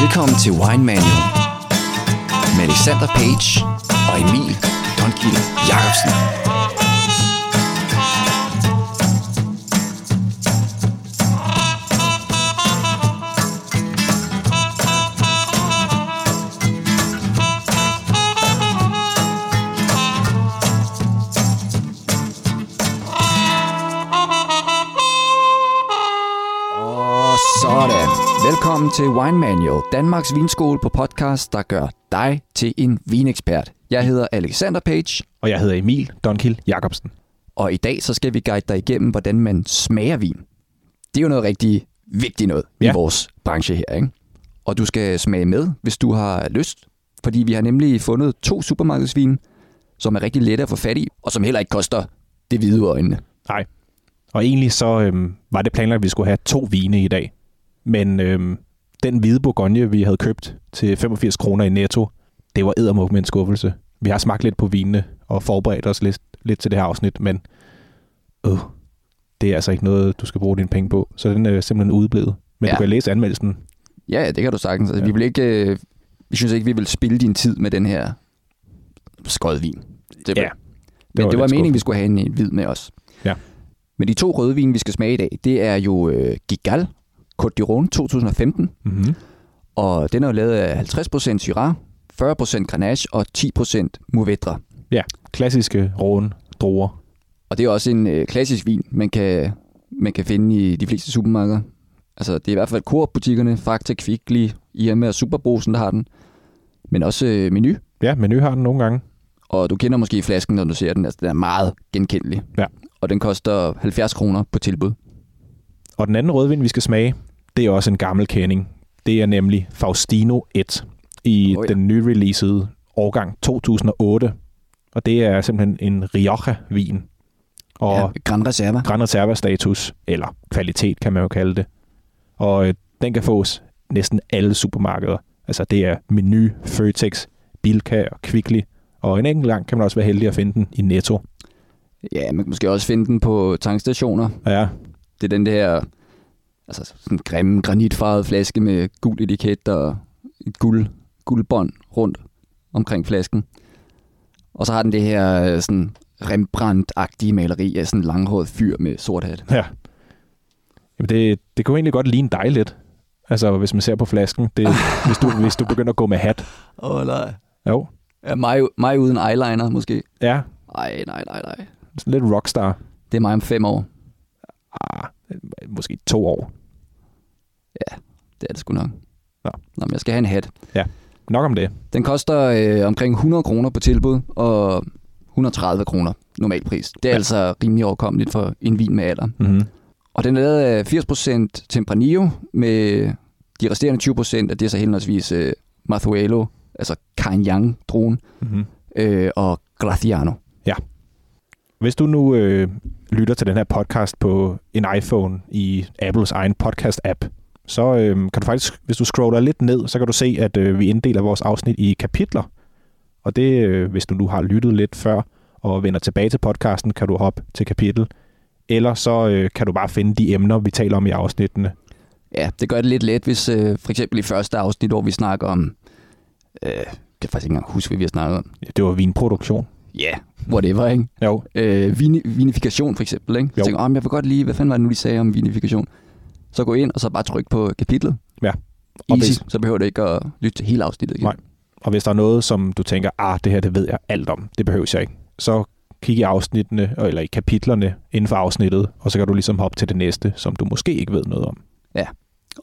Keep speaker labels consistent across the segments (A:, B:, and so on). A: Velkommen til Wine Manual med Alexander Page og Emil Donkil Jacobsen. Og sådan. Velkommen til Wine Manual, Danmarks vinskole på podcast, der gør dig til en vinekspert. Jeg hedder Alexander Page,
B: Og jeg hedder Emil Donkil Jacobsen.
A: og i dag så skal vi guide dig igennem, hvordan man smager vin. Det er jo noget rigtig vigtigt noget ja.
B: Ja.
A: i vores branche her, ikke? Og du skal smage med, hvis du har lyst, fordi vi har nemlig fundet to supermarkedsvin, som er rigtig lette at få fat i, og som heller ikke koster det hvide ud af øjnene.
B: Nej. Og egentlig så øhm, var det planlagt, at vi skulle have to vine i dag. Men øhm, den hvide Bourgogne, vi havde købt til 85 kroner i netto, det var eddermuk med en skuffelse. Vi har smagt lidt på vinene og forberedt os lidt, lidt til det her afsnit, men øh, det er altså ikke noget, du skal bruge dine penge på. Så den er simpelthen udeblevet. Men ja.
A: Ja.
B: du kan læse anmeldelsen.
A: Ja, ja, det kan du sagtens. Altså, ja.
B: Ja.
A: vi, vil ikke, øh, vi synes ikke, vi vil spille din tid med den her skodvin. Det,
B: Ja,
A: Men
B: var
A: det
B: lidt
A: var meningen,
B: skuffende.
A: vi skulle have en øh, hvid med os.
B: Ja.
A: Men de to rødvine, vi skal smage i dag, det er jo øh, Gigal Côte du Rhône 2015,
B: Mm-hmm.
A: og den er jo lavet af 50% Syrah, 40% Grenache og 10% Mourvedre.
B: Ja, klassiske råen, druer.
A: Og det er også en øh, klassisk vin, man kan, man kan finde i de fleste supermarkeder. Altså, det er i hvert fald Coop-butikkerne, Fakta, Kvickly, Irma og Superbrosen, der har den. Men også øh, Menu,
B: Ja, menu har den nogle gange.
A: og du kender måske flasken, når du ser den. Altså, den er meget genkendelig.
B: Ja.
A: Og den koster 70 kroner på tilbud.
B: Og den anden rødvin, vi skal smage, det er også en gammel kending. Det er nemlig Faustino 1 i
A: Åh
B: oh,
A: ja.
B: ja. den nyreleasede årgang 2008. Og det er simpelthen en Rioja-vin. Og ja.
A: Gran Reserva.
B: Grand Reserva-status, eller kvalitet kan man jo kalde det. Og øh, den kan fås næsten alle supermarkeder. Altså det er Menu, Føtex, Bilka og Kvickly. Og en enkelt gang kan man også være heldig at finde den i Netto.
A: Ja, man kan måske også finde den på tankstationer.
B: Ja,
A: Det er den der altså sådan en grimme granitfarvede flaske med gul etiket og et guld, guldbånd rundt omkring flasken. Og så har den det her øh, sådan Rembrandt-agtige maleri af sådan en langhåret fyr med sort hat.
B: Ja. Jamen det, det kunne egentlig godt ligne dig lidt. Altså, hvis man ser på flasken. Det, hvis, du, hvis du begynder at gå med hat.
A: Åh oh, nej.
B: Jo.
A: Ja, mig, mig uden eyeliner måske.
B: Ja,
A: Ej, nej, nej, nej.
B: sådan lidt rockstar.
A: Det er mig om fem år.
B: Ah, måske to år.
A: Det er det sgu nok.
B: Nå.
A: Nå, men jeg skal have en hat.
B: Nok om det.
A: Den koster øh, omkring 100 kroner på tilbud, og 130 kroner normalpris. Det er ja.
B: Ja.
A: altså rimelig overkommeligt for en vin med alder.
B: Mm-hmm.
A: Og den er lavet af 80% Tempranillo, med de resterende 20%, og det er så henholdsvis øh, Marzuelo, altså Cagnang-druen,
B: Mm-hmm.
A: øh, og Graciano.
B: Hvis du nu øh, lytter til den her podcast på en iPhone i Apples egen podcast-app, så øh, kan du faktisk, hvis du scroller lidt ned, så kan du se, at øh, vi inddeler vores afsnit i kapitler. Og det, øh, hvis du nu har lyttet lidt før og vender tilbage til podcasten, kan du hoppe til kapitel. Eller så øh, kan du bare finde de emner, vi taler om i afsnittene.
A: Ja, det gør det lidt let, hvis øh, for eksempel i første afsnit, hvor vi snakker om... Øh, jeg kan faktisk ikke engang huske, hvad vi har snakket om.
B: Det var vinproduktion.
A: Ja, yeah, whatever, ikke?
B: Jo.
A: øh, vini, vinifikation for eksempel. Ikke? Så
B: Jo.
A: tænker, jeg, "Åh, men jeg vil godt lige, hvad fanden var det nu, de sagde om vinifikation? Så gå ind, og så bare tryk på kapitlet.
B: Ja.
A: Og
B: Og
A: Easy,
B: hvis-
A: så behøver du ikke at lytte til hele afsnittet igen.
B: Nej. Og hvis der er noget, som du tænker, ah, det her, det ved jeg alt om, det behøver jeg ikke, så kig i afsnittene, eller i kapitlerne inden for afsnittet, og så kan du ligesom hoppe til det næste, som du måske ikke ved noget om.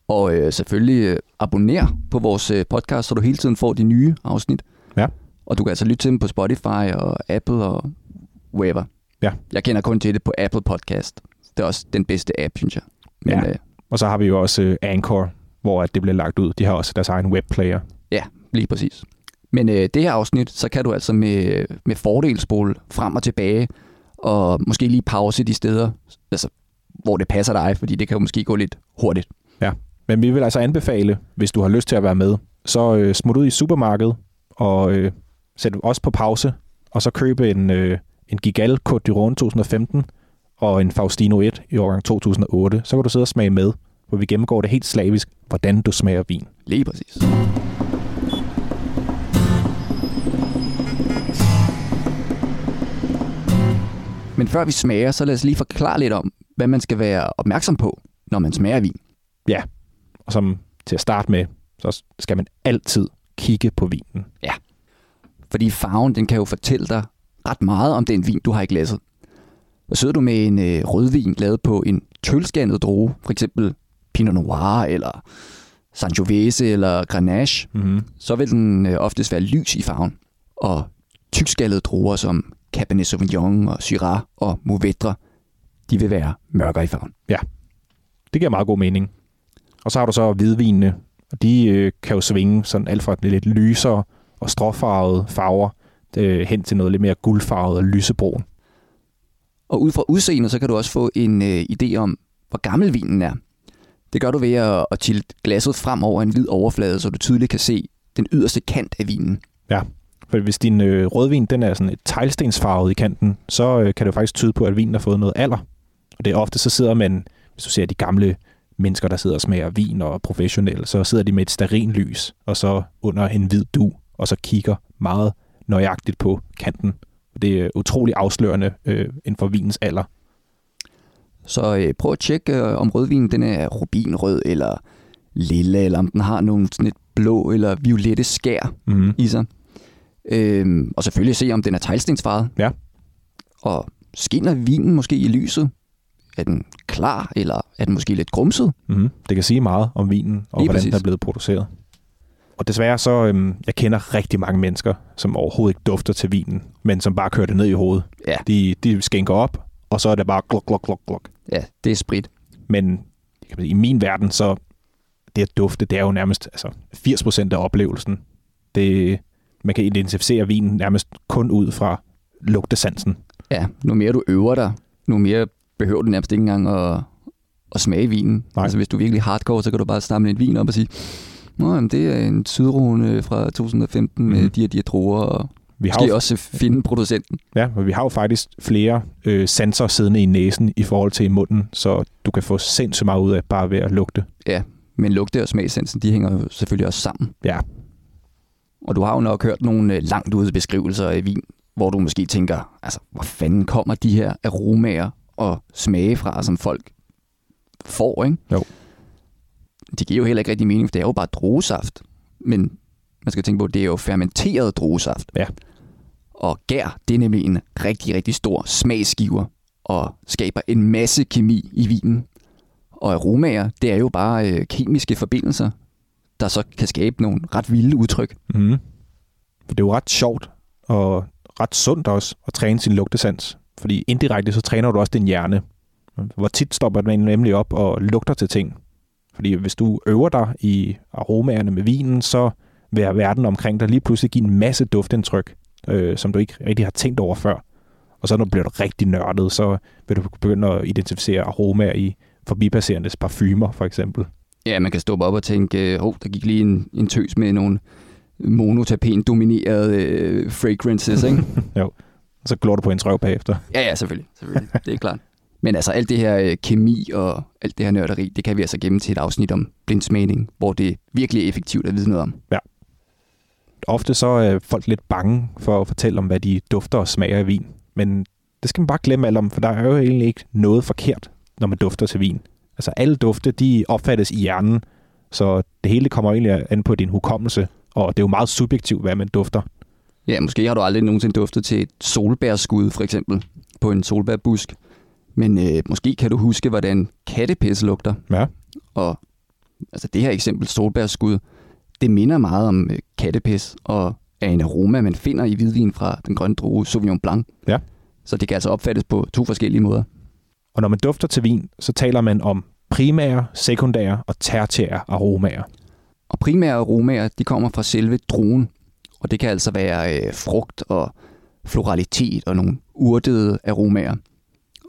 A: Og øh, selvfølgelig øh, abonner på vores øh, podcast, så du hele tiden får de nye afsnit.
B: Ja.
A: Og du kan altså lytte til dem på Spotify og Apple og wherever.
B: Ja.
A: Jeg kender kun til det på Apple Podcast. Det er også den bedste app, synes jeg.
B: Ja.
A: øh,
B: Og så har vi jo også øh, Anchor, hvor at det bliver lagt ud. De har også deres egen webplayer.
A: Ja, lige præcis. Men øh, det her afsnit, så kan du altså med, med fordel spole frem og tilbage, og måske lige pause de steder, altså, hvor det passer dig, fordi det kan jo måske gå lidt hurtigt.
B: Men vi vil altså anbefale, hvis du har lyst til at være med, så øh, smut ud i supermarkedet, og øh, sæt også på pause, og så købe en, øh, en Gigal Côte du Rhône 2015 og en Faustino 1 i årgang 2008. Så kan du sidde og smage med, hvor vi gennemgår det helt slavisk, hvordan du smager vin.
A: Lige præcis. Men før vi smager, så lad os lige forklare lidt om, hvad man skal være opmærksom på, når man smager vin.
B: Og som til at starte med, så skal man altid kigge på vinen.
A: Fordi farven, den kan jo fortælle dig ret meget om den vin, du har i glasset. Og sidder du med en øh, rødvin lavet på en tølskandet droge, for eksempel Pinot Noir eller Sangiovese eller Grenache,
B: Mm-hmm.
A: så vil den øh, oftest være lys i farven. Og tykskallede druer som Cabernet Sauvignon og Syrah og Mourvedre, de vil være mørkere i farven.
B: Det giver meget god mening. Og så har du så hvidvinene, og de øh, kan jo svinge sådan alt fra de lidt lysere og stråfarvede farver øh, hen til noget lidt mere guldfarvet og lysebrun.
A: Og ud fra udseendet, så kan du også få en øh, idé om, hvor gammel vinen er. Det gør du ved at, at tilte glasset frem over en hvid overflade, så du tydeligt kan se den yderste kant af vinen.
B: For hvis din øh, rødvin den er sådan et teglstensfarvet i kanten, så øh, kan det jo faktisk tyde på, at vinen har fået noget alder. Og det er ofte, så sidder man, hvis du ser de gamle mennesker, der sidder og smager vin og er professionelle, så sidder de med et starinlys, og så under en hvid du, og så kigger meget nøjagtigt på kanten. Det er utrolig afslørende øh, inden for vinens alder.
A: Så øh, prøv at tjekke, øh, om rødvinen den er rubinrød eller lilla, eller om den har nogle sådan lidt blå eller violette skær
B: Mm-hmm.
A: i sig. Øhm, og selvfølgelig se, om den er teglstensfarvet.
B: Ja.
A: Og skinner vinen måske i lyset? Er den klar, eller er den måske lidt grumset?
B: Mm-hmm. Det kan sige meget om vinen og
A: Lige
B: Lige hvordan
A: præcis.
B: præcis. den er blevet produceret. Og desværre så, øhm, jeg kender rigtig mange mennesker, som overhovedet ikke dufter til vinen, men som bare kører det ned i hovedet.
A: Ja.
B: De, de skænker op, og så er det bare glok, glok, glok, glok.
A: Ja, det er sprit.
B: Men jeg kan sige, i min verden, så det at dufte, det er jo nærmest altså, 80% af oplevelsen. Det, man kan identificere vinen nærmest kun ud fra lugtesansen.
A: Ja, nu mere du øver dig, nu mere behøver du nærmest ikke engang at, at smage vinen.
B: Nej.
A: Altså hvis du er virkelig hardcore, så kan du bare stamme en vin op og sige, Nå, jamen, det er en sydrone fra 2015 med
B: Mhm.
A: de og de her druer, og
B: Vi har,
A: måske
B: jo,
A: også finde producenten.
B: ja, men vi har jo faktisk flere øh, sanser siddende i næsen i forhold til i munden, så du kan få sindssygt meget ud af bare ved at lugte.
A: Men lugte og smagsensen, de hænger jo selvfølgelig også sammen.
B: Ja.
A: Og du har jo nok hørt nogle øh, langt ude beskrivelser af vin, hvor du måske tænker, altså, hvor fanden kommer de her aromaer og smage fra, som folk får, ikke?
B: Jo.
A: Det giver jo heller ikke rigtig mening, for det er jo bare druesaft. Men man skal tænke på, at det er jo fermenteret druesaft.
B: Ja.
A: Og gær, det er nemlig en rigtig, rigtig stor smagsgiver, og skaber en masse kemi i vinen. Og aromaer, det er jo bare øh, kemiske forbindelser, der så kan skabe nogle ret vilde udtryk.
B: Mm. For det er jo ret sjovt og ret sundt også at træne sin lugtesans. Fordi indirekte så træner du også din hjerne. Hvor tit stopper den nemlig op og lugter til ting. Fordi hvis du øver dig i aromaerne med vinen, så vil verden omkring dig lige pludselig give en masse duftindtryk, øh, som du ikke rigtig har tænkt over før. Og så når du bliver rigtig nørdet, så vil du begynde at identificere aromaer i forbipasserendes parfumer, for eksempel.
A: Ja, man kan stå op og tænke, øh, hov, der gik lige en, en tøs med nogle monotapen-dominerede øh, fragrances, ikke?
B: Og så glor du på en røv bagefter.
A: ja, ja, selvfølgelig. selvfølgelig. Det er klart. Men altså, alt det her øh, kemi og alt det her nørderi, det kan vi altså gemme til et afsnit om blindsmagning, hvor det virkelig er effektivt at vide noget om.
B: ofte så er folk lidt bange for at fortælle om, hvad de dufter og smager af vin. Men det skal man bare glemme alt om, for der er jo egentlig ikke noget forkert, når man dufter til vin. Altså alle dufte, de opfattes i hjernen, så det hele kommer egentlig an på din hukommelse, og det er jo meget subjektivt, hvad man dufter.
A: Ja, måske har du aldrig nogensinde duftet til et solbærskud, for eksempel, på en solbærbusk. Men øh, måske kan du huske, hvordan kattepisse lugter.
B: Ja.
A: Og altså det her eksempel, solbærskud, det minder meget om øh, kattepis og er en aroma, man finder i hvidvin fra den grønne drue Sauvignon Blanc.
B: Ja.
A: Så det kan altså opfattes på to forskellige måder.
B: Og når man dufter til vin, så taler man om primære, sekundære og tertiære aromaer.
A: Og primære aromaer, de kommer fra selve druen. Og det kan altså være øh, frugt og floralitet og nogle urtede aromaer.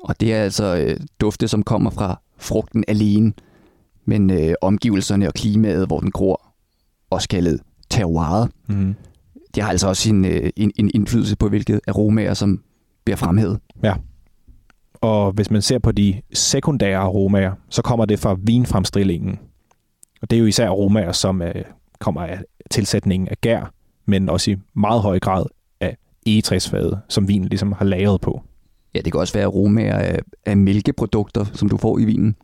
A: Og det er altså øh, dufte, som kommer fra frugten alene, men øh, omgivelserne og klimaet, hvor den gror, også kaldet terroiret,
B: Mm.
A: det har altså også en, øh, en, en indflydelse på, hvilket aromaer, som bliver fremhævet.
B: Og hvis man ser på de sekundære aromaer, så kommer det fra vinfremstillingen. Og det er jo især aromaer, som øh, kommer af tilsætningen af gær, men også i meget høj grad af egetræsfaget, som vinen ligesom har lagret på.
A: Ja, det kan også være aromaer af, af mælkeprodukter, som du får i vinen.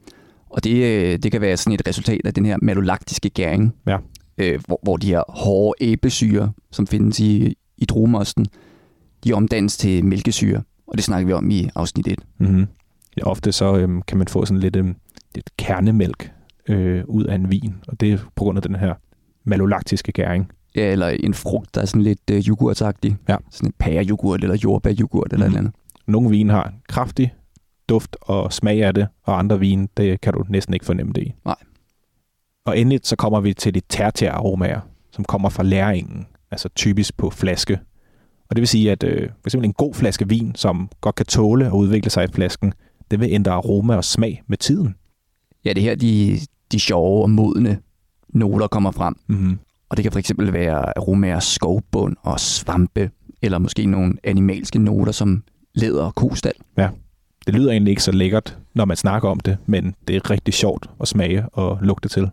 A: Og det, øh, det kan være sådan et resultat af den her malolaktiske gæring,
B: Ja.
A: øh, hvor, hvor de her hårde æblesyre, som findes i, i druemosten, de omdannes til mælkesyre. Og det snakker vi om i afsnit 1.
B: Mm-hmm. Ja, ofte så øhm, kan man få sådan lidt, øhm, lidt kernemælk øh, ud af en vin, og det er på grund af den her malolaktiske gæring.
A: Ja, eller en frugt, der er sådan lidt øh, yoghurtagtig.
B: Ja.
A: Sådan en pæreyoghurt eller jordbæryoghurt eller mm.
B: Mhm.
A: et eller andet.
B: Nogle vine har en kraftig duft og smag af det, og andre vine, det kan du næsten ikke fornemme det i.
A: Nej.
B: Og endelig så kommer vi til de tertiæraromaer, som kommer fra læringen, altså typisk på flaske. Og det vil sige, at øh, for eksempel en god flaske vin, som godt kan tåle at udvikle sig i flasken, det vil ændre aroma og smag med tiden.
A: Ja, det er her, de, de sjove og modne noter kommer frem.
B: Mm-hmm.
A: Og det kan for eksempel være aromaer af skovbund og svampe, eller måske nogle animalske noter som læder og kostal.
B: Det lyder egentlig ikke så lækkert, når man snakker om det, men det er rigtig sjovt at smage og lugte til.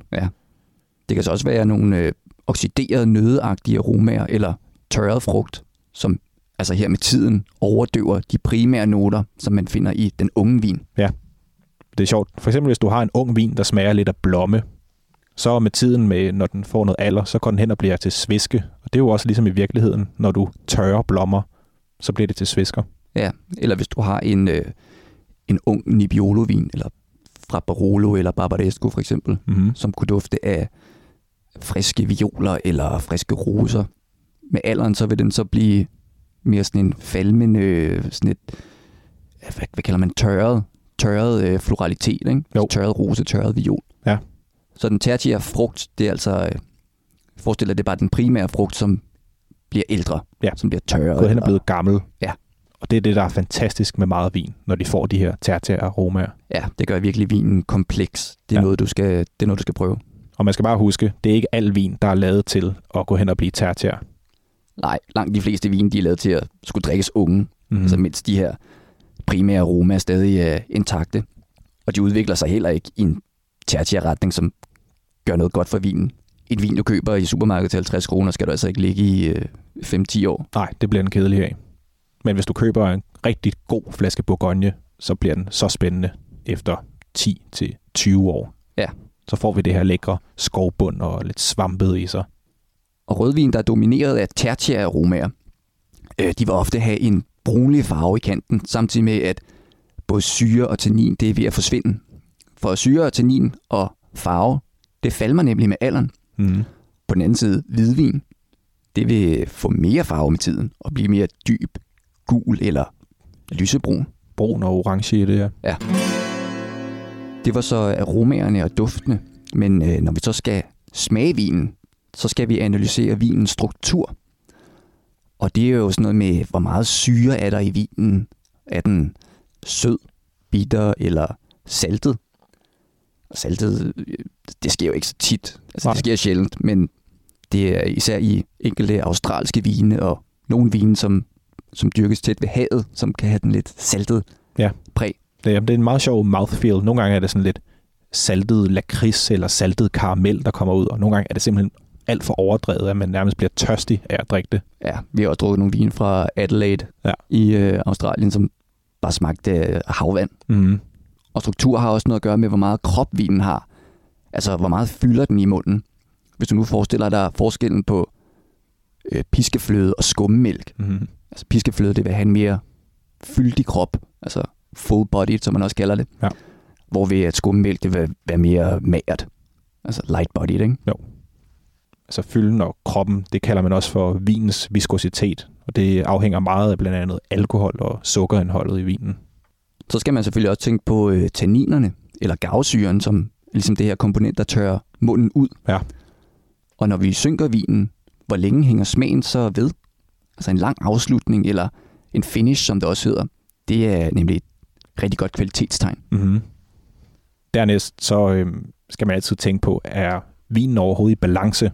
A: Det kan så også være nogle øh, oxiderede nødeagtige aromaer eller tørret frugt, som altså her med tiden overdøver de primære noter, som man finder i den unge vin.
B: Det er sjovt. For eksempel, hvis du har en ung vin, der smager lidt af blomme, så med tiden, med, når den får noget alder, så går den hen og bliver til sviske. Og det er jo også ligesom i virkeligheden, når du tørrer blommer, så bliver det til svisker.
A: Ja, eller hvis du har en, øh, en ung Nebbiolo-vin, eller fra Barolo eller Barbaresco for eksempel,
B: Mm-hmm.
A: som kunne dufte af friske violer eller friske roser. Med alderen så vil den så blive mere sådan en falmende, øh, sådan et, ja, hvad, hvad kalder man, tørret, tørret øh, floralitet, ikke? Altså
B: Jo.
A: Tørret rose, tørret viol.
B: Ja.
A: Så den tertiære frugt, det er altså, øh, forestil dig, det er bare den primære frugt, som bliver ældre,
B: Ja.
A: som bliver tørret.
B: Gået hen og
A: eller-
B: blevet gammel.
A: Ja.
B: Og det er det, der er fantastisk med meget vin, når de får de her tertiære aromaer.
A: Ja, det gør virkelig vinen kompleks. Det er,
B: Ja.
A: ja. noget, du skal, det er noget, du skal prøve.
B: Og man skal bare huske, det er ikke al vin, der er lavet til at gå hen og blive tertiær.
A: Nej, langt de fleste vine, de er lavet til at skulle drikkes unge.
B: Mm-hmm.
A: Mm. Så mens de her primære aromaer stadig er intakte. Og de udvikler sig heller ikke i en tertiær-retning, som gør noget godt for vinen. En vin, du køber i supermarkedet til 50 kroner, skal du altså ikke ligge i øh, 5-10 år.
B: Nej, det bliver den kedelig af. Men hvis du køber en rigtig god flaske Bourgogne, så bliver den så spændende efter 10 til 20 år.
A: Ja.
B: Så får vi det her lækre skovbund og lidt svampet i sig.
A: Og rødvin, der er domineret af tertiære aromaer, øh, de vil ofte have en brunlig farve i kanten, samtidig med at både syre og tannin det er ved at forsvinde. For syre og tannin og farve, det falmer nemlig med alderen.
B: Mm.
A: På den anden side, hvidvin, det vil få mere farve med tiden og blive mere dyb, gul eller lysebrun.
B: Brun og orange i det her.
A: Det var så aromaerne og duftene, men øh, når vi så skal smage vinen, så skal vi analysere vinens struktur. Og det er jo sådan noget med, hvor meget syre er der i vinen. Er den sød, bitter eller saltet? Og saltet, øh, det sker jo ikke så tit. Altså,
B: Nej.
A: det sker sjældent, men det er især i enkelte australske vine og nogle vine, som, som dyrkes tæt ved havet, som kan have den lidt saltet
B: Ja.
A: præg.
B: Det, er- det er en meget sjov mouthfeel. Nogle gange er det sådan lidt saltet lakrids eller saltet karamel, der kommer ud, og nogle gange er det simpelthen alt for overdrevet, at man nærmest bliver tørstig af at drikke det.
A: Ja, vi har også drukket nogle vin fra Adelaide
B: Ja.
A: ja. i øh, Australien, som bare smagte af havvand.
B: Mm.
A: Og struktur har også noget at gøre med, hvor meget krop vinen har. Altså, hvor meget fylder den i munden. Hvis du nu forestiller dig forskellen på øh, piskefløde og skummemælk.
B: Mm.
A: Altså, piskefløde, det vil have en mere fyldig krop. Altså, full body, som man også kalder det.
B: Ja.
A: Hvorved at skummemælk, det vil være mere magert. Altså, light body, ikke?
B: altså fylden og kroppen, det kalder man også for vinens viskositet, og det afhænger meget af blandt andet alkohol og sukkerindholdet i vinen.
A: Så skal man selvfølgelig også tænke på øh, tanninerne, eller gavsyren, som er ligesom det her komponent, der tørrer munden ud.
B: Ja.
A: Og når vi synker vinen, hvor længe hænger smagen så ved? Altså en lang afslutning, eller en finish, som det også hedder. Det er nemlig et rigtig godt kvalitetstegn.
B: Mm-hmm. Dernæst så øhm, skal man altid tænke på, er vinen overhovedet i balance?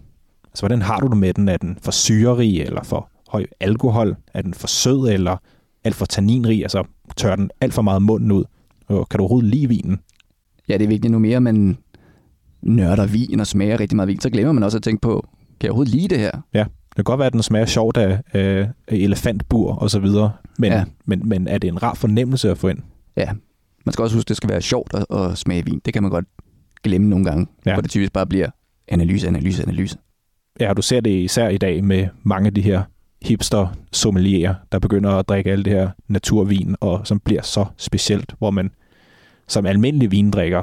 B: Altså hvordan har du det med den? Er den for syrerig eller for høj alkohol? Er den for sød eller alt for tanninrig? Altså tør den alt for meget munden ud? Og kan du overhovedet lide vinen?
A: Ja, det er vigtigt, nu mere man, nørder vin og smager rigtig meget vin, så glemmer man også at tænke på, kan jeg overhovedet lide det her?
B: Det kan godt være, at den smager sjovt af øh, elefantbur og så videre, men,
A: Ja.
B: ja. men, men er det en rar fornemmelse at få ind?
A: Man skal også huske, at det skal være sjovt at, at smage vin. Det kan man godt glemme nogle gange, ja.
B: Ja.
A: hvor det typisk bare bliver analyse, analyse, analyse.
B: Ja, og du ser det især i dag med mange af de her hipster sommelierer, der begynder at drikke alt det her naturvin, og som bliver så specielt, hvor man som almindelig vindrikker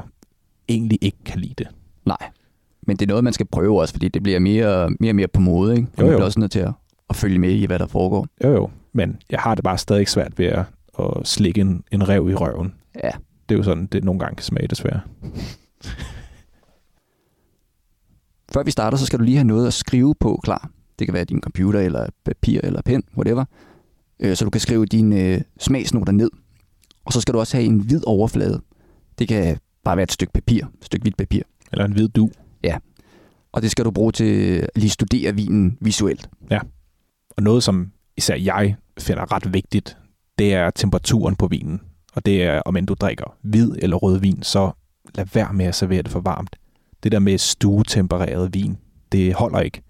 B: egentlig ikke kan lide det.
A: Men det er noget, man skal prøve også, fordi det bliver mere mere, og mere på mode, ikke? Og
B: Jo,
A: man
B: jo.
A: bliver også nødt til at, at følge med i, hvad der foregår.
B: Jo jo, men jeg har det bare stadig svært ved at, at slikke en, en rev i røven.
A: Ja,
B: Det er jo sådan, det nogle gange kan smage desværre.
A: Før vi starter, så skal du lige have noget at skrive på klar. Det kan være din computer, eller papir, eller pen, whatever. Øh, Så du kan skrive dine øh, smagsnoter ned. Og så skal du også have en hvid overflade. Det kan bare være et stykke papir, et stykke hvidt papir.
B: Eller en hvid du.
A: Og det skal du bruge til at lige studere vinen visuelt.
B: Og noget, som især jeg finder ret vigtigt, det er temperaturen på vinen. Og det er, om end du drikker hvid eller rødvin, så lad være med at servere det for varmt. Det der med stuetempereret vin, det holder ikke.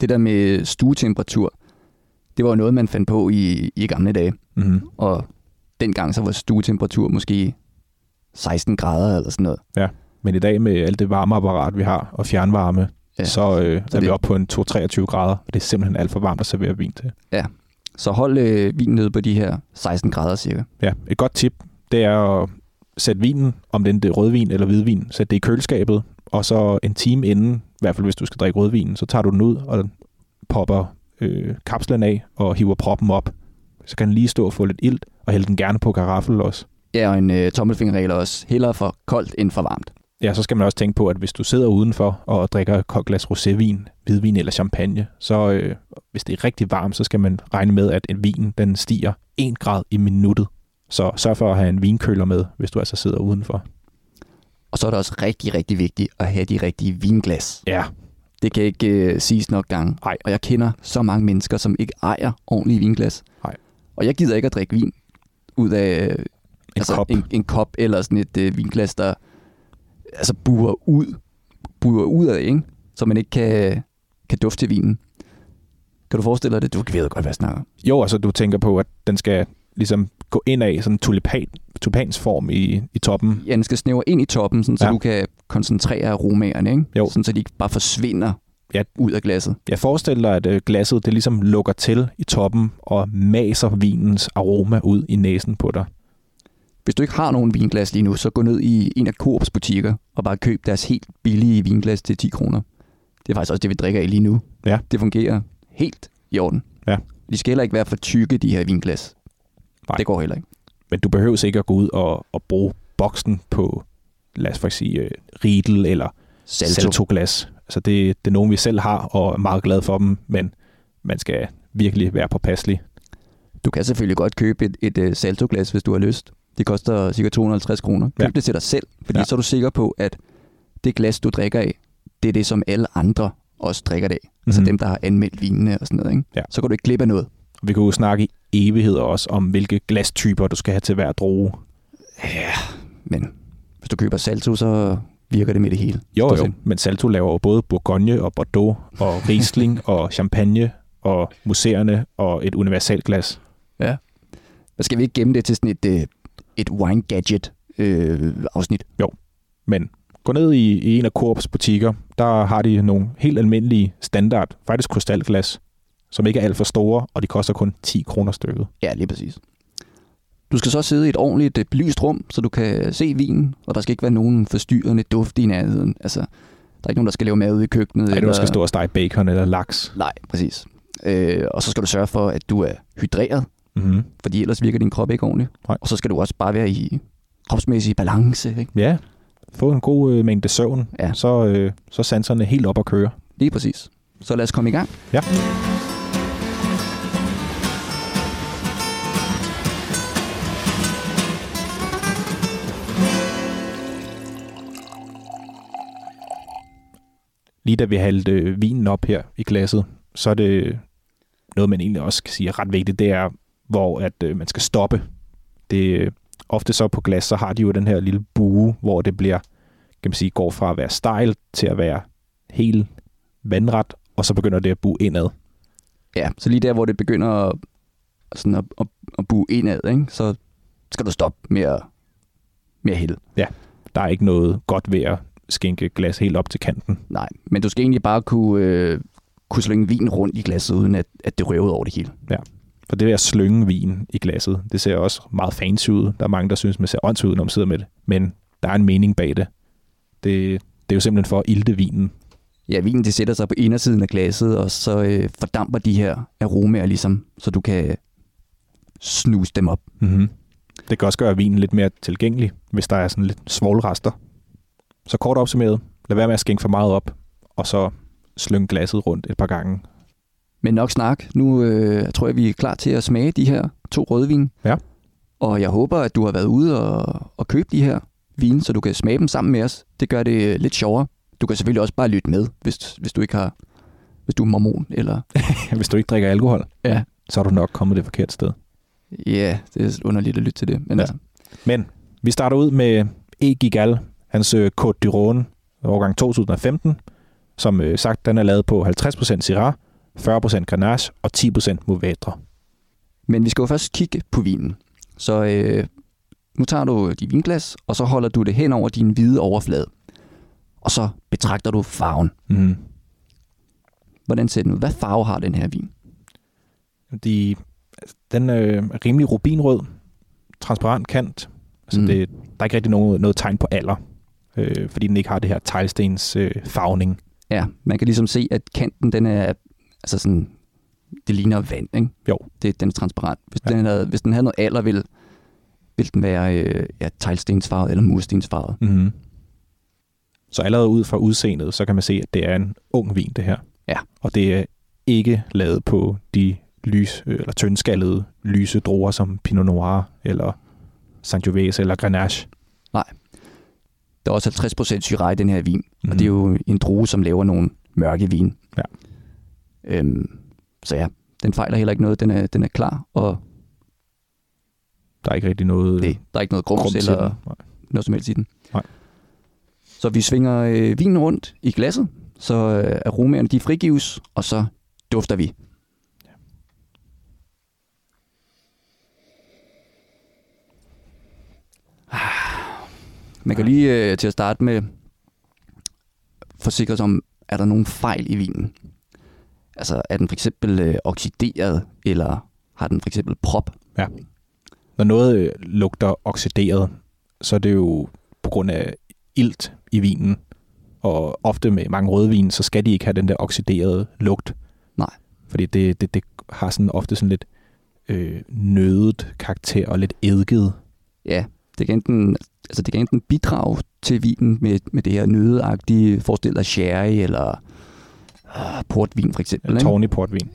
A: Det der med stuetemperatur, det var jo noget, man fandt på i, i gamle dage.
B: Mm-hmm.
A: Og dengang så var stuetemperatur måske 16 grader eller sådan noget.
B: Men i dag med alt det varmeapparat, vi har, og fjernvarme,
A: Ja.
B: ja. så, øh, så er
A: det-
B: vi oppe på en 2-23 grader, og det er simpelthen alt for varmt at servere vin til.
A: Så hold øh, vinen nede på de her 16 grader cirka.
B: Ja, et godt tip, det er at sætte vinen, om den er rødvin eller hvidvin, sæt det i køleskabet, og så en time inden, i hvert fald hvis du skal drikke rødvin, så tager du den ud og popper øh, kapslen af og hiver proppen op. Så kan den lige stå og få lidt ilt, og hælde den gerne på karaffel også.
A: Ja, og en øh, tommelfingerregel er også. Hellere for koldt end for varmt.
B: Ja, så skal man også tænke på, at hvis du sidder udenfor og drikker et koldt glas rosévin, hvidvin eller champagne, så øh, hvis det er rigtig varmt, så skal man regne med, at en vin den stiger 1 grad i minuttet. Så sørg for at have en vinkøler med, hvis du altså sidder udenfor.
A: Og så er det også rigtig, rigtig vigtigt at have de rigtige vinglas.
B: Ja,
A: Det kan ikke øh, siges nok gange.
B: Nej.
A: Og jeg kender så mange mennesker, som ikke ejer ordentlige vinglas.
B: Nej.
A: Og jeg gider ikke at drikke vin ud af øh,
B: En altså, kop.
A: En, en kop eller sådan et øh, vinglas, der altså buer ud, buer ud af, ikke? så man ikke kan, kan dufte til vinen. Kan du forestille dig det? Du ved godt, hvad jeg snakker om.
B: Jo, altså du tænker på, at den skal ligesom gå ind af sådan en tulipan, tulpansform i, i toppen.
A: Ja, den Mm. skal snævre ind i toppen, sådan, så ja.
B: Ja.
A: du kan koncentrere aromaerne, ikke?
B: Jo.
A: Sådan, så de ikke bare forsvinder ja.
B: Ja.
A: ud af glasset.
B: Jeg forestiller dig, at øh, glasset det ligesom lukker til i toppen og maser vinens aroma ud i næsen på dig.
A: Hvis du ikke har nogen vinglas lige nu, så gå ned i en af Coops butikker og bare køb deres helt billige vinglas til 10 kroner. Det er faktisk også det, vi drikker af lige nu.
B: Ja.
A: Det fungerer helt i orden.
B: Ja.
A: De skal heller ikke være for tykke, de her vinglas.
B: Nej.
A: Det går heller ikke.
B: Men du behøver ikke at gå ud og, og bruge boksen på, lad os faktisk sige, øh, Riedel eller
A: Salto. Salto.
B: Salto-glas. Altså det, det er nogen, vi selv har og er meget glade for dem, men man skal virkelig være påpasselig.
A: Du kan selvfølgelig godt købe et, et uh, saltoglas, hvis du har lyst. Det koster ca. 250 kroner. Køb
B: Ja.
A: det til dig selv, fordi ja.
B: Ja.
A: så er du sikker på, at det glas, du drikker af, det er det, som alle andre også drikker det af. Altså
B: Mhm.
A: dem, der har anmeldt vinene og sådan noget. Ikke?
B: Ja.
A: Så går du ikke glip af noget.
B: Vi kan jo snakke i evigheder også om, hvilke glastyper du skal have til hver droge.
A: Ja, men hvis du køber Salto, så virker det med det hele.
B: Jo,
A: Stort
B: jo,
A: set.
B: men Salto laver jo både Bourgogne og Bordeaux og Riesling og Champagne og museerne og et universalt glas.
A: Men skal vi ikke gemme det til sådan et, øh, et wine gadget øh, afsnit?
B: Men gå ned i, i en af Coops butikker, der har de nogle helt almindelige standard, faktisk krystalglas, som ikke er alt for store, og de koster kun 10 kroner stykket.
A: Ja, lige præcis. Du skal så sidde i et ordentligt øh, belyst rum, så du kan se vinen, og der skal ikke være nogen forstyrrende duft i nærheden. Altså, der er ikke nogen, der skal lave mad ude i køkkenet.
B: Ej,
A: eller-
B: du skal stå og stege bacon eller laks.
A: Nej, præcis. Øh, og så skal du sørge for, at du er hydreret,
B: Mm-hmm.
A: fordi ellers virker din krop ikke ordentligt.
B: Nej.
A: Og så skal du også bare være i kropsmæssig balance. Ikke?
B: Ja, få en god øh, mængde søvn,
A: Ja.
B: ja. så, øh, så er sanserne helt op at køre.
A: Lige præcis. Så lad os komme i gang.
B: Ja. Lige da vi hældte øh, vinen op her i glasset, så er det noget, man egentlig også kan sige er ret vigtigt, det er, hvor at øh, man skal stoppe. Det, øh, ofte så på glas, så har de jo den her lille bue, hvor det bliver kan man sige, går fra at være stejl til at være helt vandret, og så begynder det at bue indad.
A: Ja, så lige der, hvor det begynder at, sådan at, at, at bue indad, ikke? så skal du stoppe med at, med at hælde.
B: Der er ikke noget godt ved at skænke glas helt op til kanten.
A: Nej, men du skal egentlig bare kunne, øh, kunne slynge vin rundt i glasset, uden at, at det røver ud over det hele.
B: For det der slynge vin i glasset, det ser også meget fancy ud. Der er mange, der synes, man ser åndssvagt ud, når man sidder med det. Men der er en mening bag det. Det, det er jo simpelthen for at ilte vinen.
A: Ja, vinen det sætter sig på indersiden af glasset, og så øh, fordamper de her aromaer ligesom, så du kan snuse dem op.
B: Mm-hmm. Det kan også gøre vinen lidt mere tilgængelig, hvis der er sådan lidt svovlrester. Så kort opsummeret, lad være med at skænke for meget op, og så slynge glasset rundt et par gange.
A: Men nok snak. Nu øh, tror jeg, vi er klar til at smage de her to rødvin.
B: Ja.
A: Og jeg håber, at du har været ude og, og købe de her vine, så du kan smage dem sammen med os. Det gør det øh, lidt sjovere. Du kan selvfølgelig også bare lytte med, hvis, hvis du ikke har hvis du er mormon, eller
B: Hvis du ikke drikker alkohol,
A: Ja.
B: så er du nok kommet det forkerte sted.
A: ja, det er underligt at lytte til det. Men ja.
B: Ja.
A: altså,
B: Men vi starter ud med E. Gigal, hans øh, Côte du Rhône, årgang 2015, som øh, sagt, den er lavet på 50% Syrah, 40% Grenache og 10% Mourvèdre.
A: Men vi skal jo først kigge på vinen. Så øh, nu tager du dit vinglas, og så holder du det hen over din hvide overflade. Og så betragter du farven.
B: Mm.
A: Hvordan ser den ud? Hvad farve har den her vin?
B: De, den øh, er rimelig rubinrød, transparent kant, så
A: Mm.
B: mm. det, der er ikke rigtig noget, noget tegn på alder, øh, fordi den ikke har det her teglstens øh, farvning.
A: Ja, man kan ligesom se, at kanten den er, altså sådan, det ligner vand, ikke?
B: Jo.
A: Det, den er transparent. Hvis,
B: Ja.
A: ja. den havde, hvis den havde noget alder, ville, ville den være øh, ja, teglstensfarvet eller murstensfarvet.
B: Mm. Så allerede ud fra udseendet, så kan man se, at det er en ung vin, det her.
A: Ja.
B: Og det er ikke lavet på de lys, øh, eller tyndskallede lyse druer som Pinot Noir, eller Sangiovese, eller Grenache.
A: Der er også 50% syre i den her vin, mm.
B: Mhm.
A: og det er jo en drue, som laver nogle mørke vin.
B: Ja.
A: Øhm, så ja, den fejler heller ikke noget. Den er, den er klar, og
B: Mm-hmm. Der er ikke rigtig noget øh,
A: det, der er ikke noget grums, grums
B: til
A: eller
B: den. Nej.
A: noget som helst i den.
B: Nej.
A: Så vi svinger øh, vinen rundt i glasset, så øh, aromaerne de frigives, og så dufter vi. Ah. Man kan lige øh, til at starte med forsikre sig om, er der nogen fejl i vinen? Altså er den for eksempel øh, oxideret, eller har den for eksempel prop?
B: Når noget øh, lugter oxideret, så er det jo på grund af ilt i vinen. Og ofte med mange rødvin, så skal de ikke have den der oxiderede lugt.
A: Nej.
B: Fordi det, det, det har sådan ofte sådan lidt øh, nødet karakter og lidt eddiket.
A: Ja, det kan enten, altså det kan enten bidrage til vinen med, med det her nødeagtige, forestil dig sherry eller øh, portvin for eksempel. Ikke?
B: Tårn i portvin.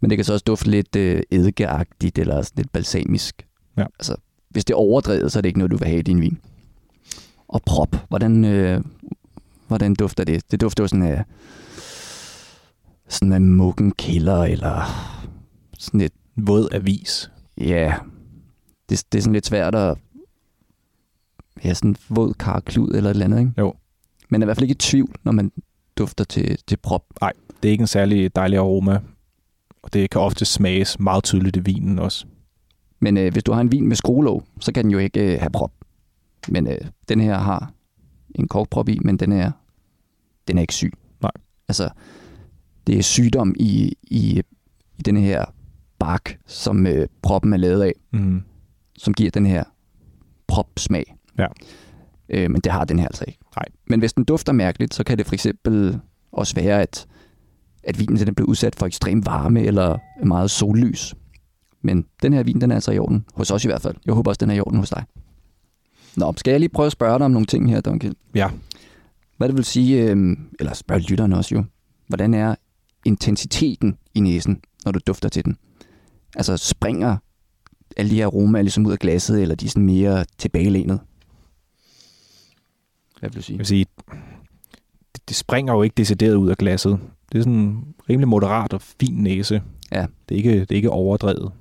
A: Men det kan så også dufte lidt øh, eddikeagtigt eller sådan lidt balsamisk.
B: Ja.
A: Altså, hvis det er overdrevet, så er det ikke noget, du vil have i din vin. Og prop, hvordan, øh, hvordan dufter det? Det dufter jo sådan af, sådan af muggen kælder eller sådan lidt
B: Våd avis.
A: Ja, det, det er sådan lidt svært at... Ja, sådan våd karklud eller et eller andet, ikke?
B: Jo.
A: Men er i hvert fald ikke i tvivl, når man dufter til, til prop.
B: Det er ikke en særlig dejlig aroma. Og det kan ofte smages meget tydeligt i vinen også.
A: Men øh, hvis du har en vin med skruelåg, så kan den jo ikke øh, have prop. Men øh, den her har en korkprop i, men den er, den er ikke syg.
B: Nej.
A: Altså, det er sygdom i, i, i den her bark, som øh, proppen er lavet af.
B: Mm.
A: som giver den her prop-smag.
B: Ja.
A: Øh, men det har den her altså ikke.
B: Nej.
A: Men hvis den dufter mærkeligt, så kan det for eksempel også være, at, at vinen den bliver udsat for ekstrem varme eller meget sollys. Men den her vin, den er altså i orden. Hos os i hvert fald. Jeg håber også, den er i orden hos dig. Nå, skal jeg lige prøve at spørge dig om nogle ting her, Dunkel?
B: Ja.
A: Hvad det vil sige, øh, eller spørg lytterne også jo, hvordan er intensiteten i næsen, når du dufter til den? Altså springer alle de her aromaer ligesom ud af glasset, eller de er sådan mere tilbagelænet? Hvad vil du
B: Jeg
A: sige?
B: vil sige, det, det springer jo ikke decideret ud af glasset. Det er sådan rimelig moderat og fin næse.
A: Ja.
B: Det er ikke, det er ikke overdrevet.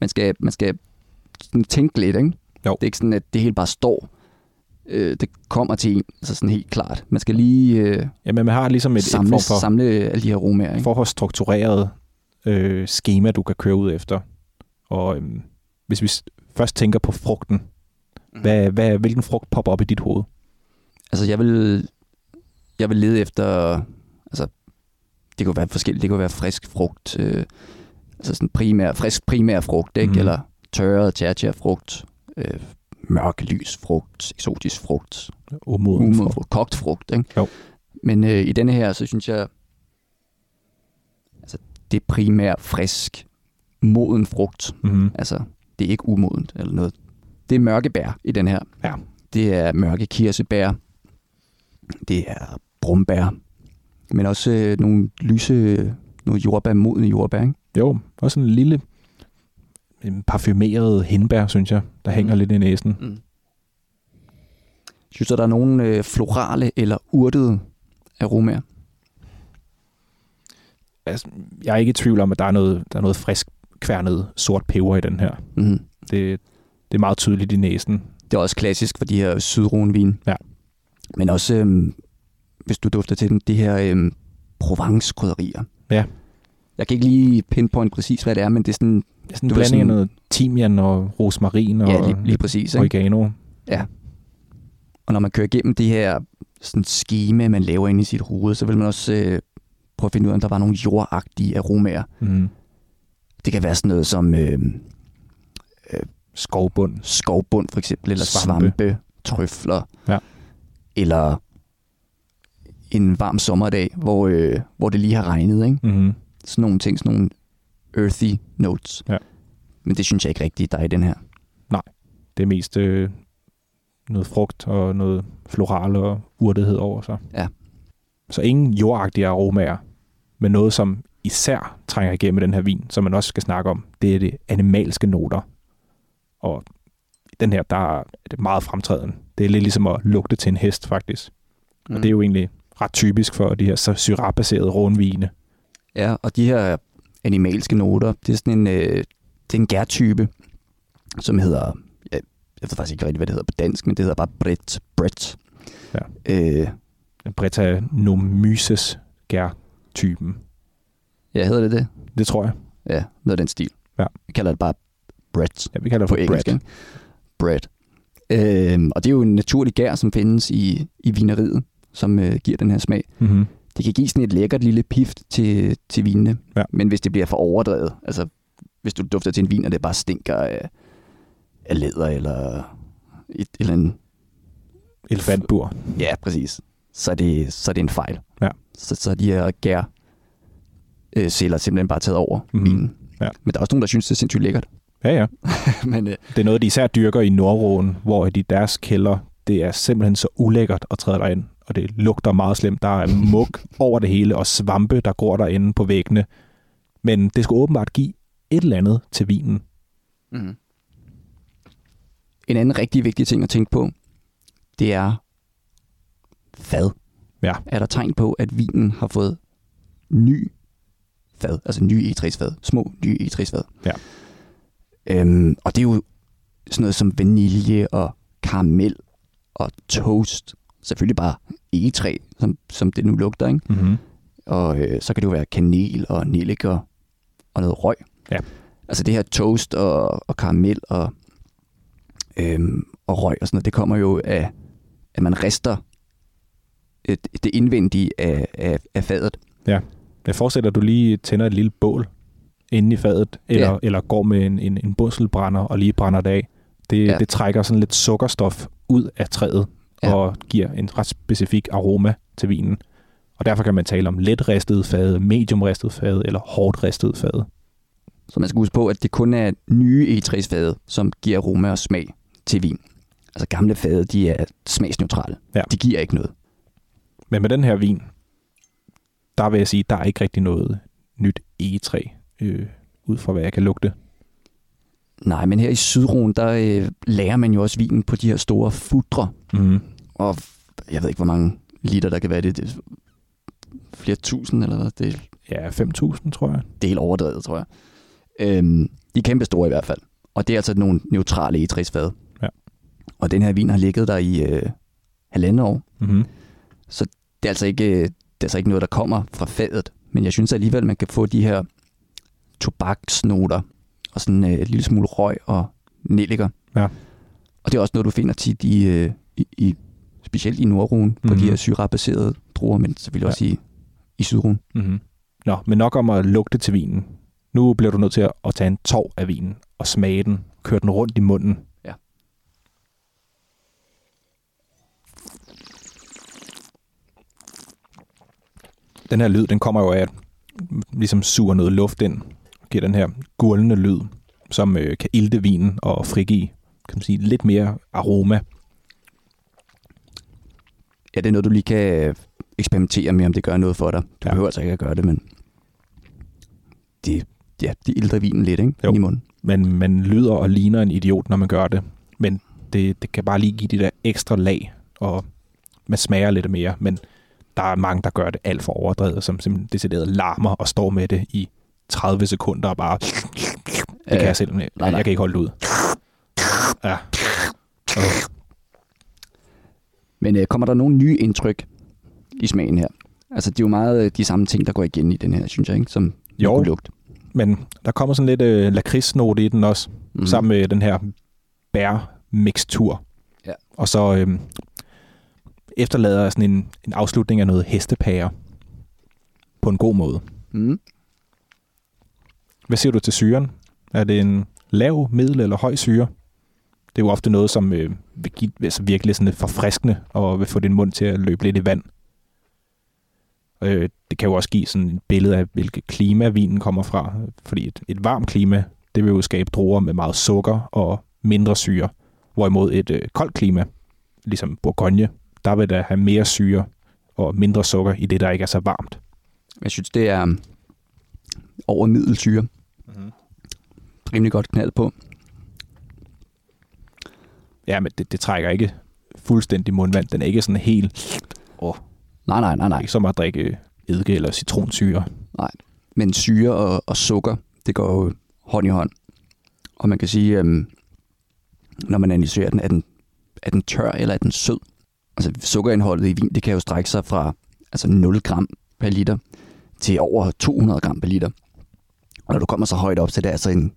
A: Man skal, man skal sådan tænke lidt, ikke?
B: Jo.
A: Det er ikke sådan, at det hele bare står. øh, det kommer til en, altså sådan helt klart. Man skal lige øh,
B: Jamen, man har ligesom et,
A: samle,
B: et form for,
A: samle alle de her romager. Ikke?
B: form for struktureret øh, schema, du kan køre ud efter. Og øhm, hvis vi s- først tænker på frugten,
A: Mm.
B: hvad, hvad, hvilken frugt popper op i dit hoved?
A: Altså, jeg vil, jeg vil lede efter... Altså, det kunne være forskelligt. Det kunne være frisk frugt. Øh, altså sådan primær, frisk primær frugt, ikke?
B: Mhm.
A: Mm. Eller tørret tertia frugt. Øh, mørk lys frugt. Eksotisk frugt.
B: Umoden
A: Umoden
B: frugt.
A: frugt. Kogt frugt, ikke?
B: Jo.
A: Men øh, i denne her, så synes jeg... Altså, det er primær frisk. Moden frugt.
B: Mm-hmm.
A: Altså, det er ikke umodent eller noget. Det er mørke bær i den her.
B: Ja.
A: Det er mørke kirsebær. Det er brumbær. Men også øh, nogle lyse, nogle jordbær, modne jordbær. Ikke?
B: Jo, også en lille en parfumeret hindbær, synes jeg, der hænger
A: Mm.
B: lidt i næsen.
A: Mm. Synes du, der er nogle øh, florale eller urtede aromaer?
B: Altså, jeg er ikke i tvivl om, at der er noget, der er noget frisk kværnet sort peber i den her.
A: Mm.
B: Det, det er meget tydeligt i næsen.
A: Det er også klassisk for de her sydronvin.
B: Ja.
A: Men også, øhm, hvis du dufter til dem, de her øhm, Provence-krydderier.
B: Ja.
A: Jeg kan ikke lige pinpoint præcis, hvad det er, men det er sådan...
B: Det er sådan en
A: Det var
B: blanding sådan... af
A: sådan-
B: noget timian og rosmarin og
A: Ja, lige, lige præcis. Ikke?
B: oregano.
A: Og når man kører igennem det her sådan schema, man laver ind i sit hoved, så vil man også øh, prøve at finde ud af, om der var nogle jordagtige aromaer.
B: Mm.
A: Det kan være sådan noget som øh,
B: Skovbund.
A: skovbund for eksempel, eller
B: Svampe.
A: svampe, svampe trøfler,
B: Ja.
A: eller en varm sommerdag, hvor, øh, hvor det lige har regnet. Ikke?
B: Mm-hmm.
A: Sådan nogle ting, sådan nogle earthy notes.
B: Ja.
A: Men det synes jeg ikke rigtigt, der er i den her.
B: Det er mest øh, noget frugt og noget floral og urtethed over sig.
A: Ja.
B: Så ingen jordagtige aromaer, men noget, som især trænger igennem i den her vin, som man også skal snakke om, det er det animalske noter. Og i den her, der er det meget fremtrædende. Det er lidt ligesom at lugte til en hest, faktisk. Mm. Og det er jo egentlig ret typisk for de her så syrah-baserede rundvine.
A: Ja, og de her animalske noter, det er sådan en, øh, det er en gærtype, som hedder, jeg, jeg ved faktisk ikke rigtig, hvad det hedder på dansk, men det hedder bare Brit. Brit.
B: Ja.
A: Øh,
B: Bretanomyces gær-typen.
A: ja, hedder det det?
B: Det tror jeg.
A: Ja, noget af den stil.
B: Ja.
A: Jeg kalder det bare Brit
B: Ja, vi kalder det
A: på
B: for
A: engelsk.
B: bread.
A: ikke? Bread. Øh, og det er jo en naturlig gær, som findes i, i vineriet, som øh, giver den her smag.
B: Mm-hmm.
A: Det kan give sådan et lækkert lille pift til, til vinene.
B: Ja.
A: Men hvis det bliver for overdrevet, altså hvis du dufter til en vin, og det bare stinker af, af læder eller et eller andet,
B: Elefantbur.
A: ja præcis, så er det, så er det en fejl.
B: Ja.
A: Så, så er de her gær øh, celler simpelthen bare taget over
B: Mhm.
A: mm. vinen.
B: Ja.
A: Men der er også nogen, der synes, det er sindssygt lækkert.
B: Ja, ja.
A: Men øh,
B: Det er noget, de især dyrker i Nordråen, hvor de deres kælder, det er simpelthen så ulækkert at træde derind, og det lugter meget slemt. Der er mug over det hele, og svampe, der gror derinde på væggene. Men det skulle åbenbart give et eller andet til vinen. Mm-hmm.
A: mm. en anden rigtig vigtig ting at tænke på, det er, fad.
B: Ja.
A: er der tegn på, at vinen har fået ny fad, altså nye egetræsfad, små nye egetræsfad.
B: Ja.
A: Øhm, og det er jo sådan noget som vanilje og karamel og toast. Selvfølgelig bare egetræ, som, som det nu lugter, ikke?
B: Mm-hmm.
A: Og øh, så kan det jo være kanel og nelliker og noget røg.
B: Ja.
A: Altså det her toast og, og karamel og, øhm, og røg og sådan noget, det kommer jo af, at man rister et, det indvendige af, af, af fadet.
B: Jeg forestiller, at du lige tænder et lille bål inde i fadet, eller, ja. eller går med en, en, en busselbrænder og lige brænder det af. Det, ja.
A: Ja.
B: det trækker sådan lidt sukkerstof ud af træet, ja.
A: Ja.
B: og giver en ret specifik aroma til vinen. Og derfor kan man tale om let ristet fade, medium ristet fade eller hårdt ristet fade.
A: Så man skal huske på, at det kun er nye egetræsfade, som giver aroma og smag til vin. Altså gamle fade, de er smagsneutrale.
B: Ja.
A: De giver ikke noget.
B: Men med den her vin, der vil jeg sige, der er ikke rigtig noget nyt egetræ, øh, ud fra hvad jeg kan lugte.
A: Nej, men her i Sydruen, der øh, lærer man jo også vinen på de her store fudre,
B: Mm.
A: og f- jeg ved ikke, hvor mange liter der kan være i det. det er flere tusind eller hvad? Det, er-
B: Ja, 5.000 tror jeg.
A: det er helt overdrevet, tror jeg. Øhm, de er kæmpe store i hvert fald. Og det er altså nogle neutrale e 60
B: Ja.
A: Og den her vin har ligget der i, øh, halvandet år.
B: Mm-hmm.
A: Det er altså ikke, øh, det er altså ikke noget, der kommer fra fadet, men jeg synes alligevel, man kan få de her tobaksnoter og sådan øh, en lille smule røg og nelliker.
B: Ja.
A: Og det er også noget, du finder tit i, øh, i, i specielt i Nordruen, på
B: Mhm.
A: de her syrebaserede druer, men selvfølgelig også i, i Sydruen.
B: Mm-hmm. Nå, men nok om at lugte til vinen. Nu bliver du nødt til at, at tage en tår af vinen og smage den, køre den rundt i munden.
A: Ja.
B: Den her lyd, den kommer jo af, at den ligesom suger noget luft ind, giver den her gulvende lyd, som øh, kan ilte vinen og frigive kan man sige, lidt mere aroma.
A: Ja, det er noget, du lige kan øh, eksperimentere med, om det gør noget for dig. Du
B: Ja.
A: ja. behøver altså ikke at gøre det, men det, ja, det ilter vinen lidt, ikke?
B: Jo.
A: Ind I munden.
B: man, man lyder og ligner en idiot, når man gør det. Men det, det kan bare lige give de der ekstra lag, og man smager lidt mere. Men der er mange, der gør det alt for overdrevet, som simpelthen decideret larmer og står med det i 30 sekunder og bare, det kan jeg selv, nej,
A: nej.
B: jeg kan ikke holde det ud. Ja. Oh.
A: Men øh, kommer der nogle nye indtryk i smagen her? Altså, det er jo meget øh, de samme ting, der går igen i den her, synes jeg, ikke? Som
B: Jo.
A: kunne lugte.
B: Men der kommer sådan lidt øh, lakridsnote i den også. mm. sammen med den her bær-mixtur.
A: Ja.
B: Og så øhm, efterlader jeg sådan en, en afslutning af noget hestepære på en god måde.
A: Mm.
B: Hvad siger du til syren? Er det en lav, middel eller høj syre? Det er jo ofte noget, som øh, vil give, altså virkelig sådan lidt forfriskende og vil få din mund til at løbe lidt i vand. Øh, det kan jo også give sådan et billede af, hvilket klima vinen kommer fra. Fordi et, et varmt klima, det vil jo skabe druer med meget sukker og mindre syre. Hvorimod et øh, koldt klima, ligesom Bourgogne, der vil der have mere syre og mindre sukker i det, der ikke er så varmt.
A: Jeg synes, det er um, over middelsyre.
B: Mm-hmm.
A: Rimelig godt knald på.
B: Ja, men det, det trækker ikke fuldstændig mundvand. Den er ikke sådan helt... Åh,
A: Nej, nej, nej, nej.
B: ikke som at drikke eddike eller citronsyre.
A: Men syre og, og sukker, det går jo hånd i hånd. Og man kan sige, øhm, når man analyserer den, er den, er den tør eller er den sød? Altså sukkerindholdet i vin, det kan jo strække sig fra altså 0 gram per liter til over 200 gram per liter. Og når du kommer så højt op, så er det altså en,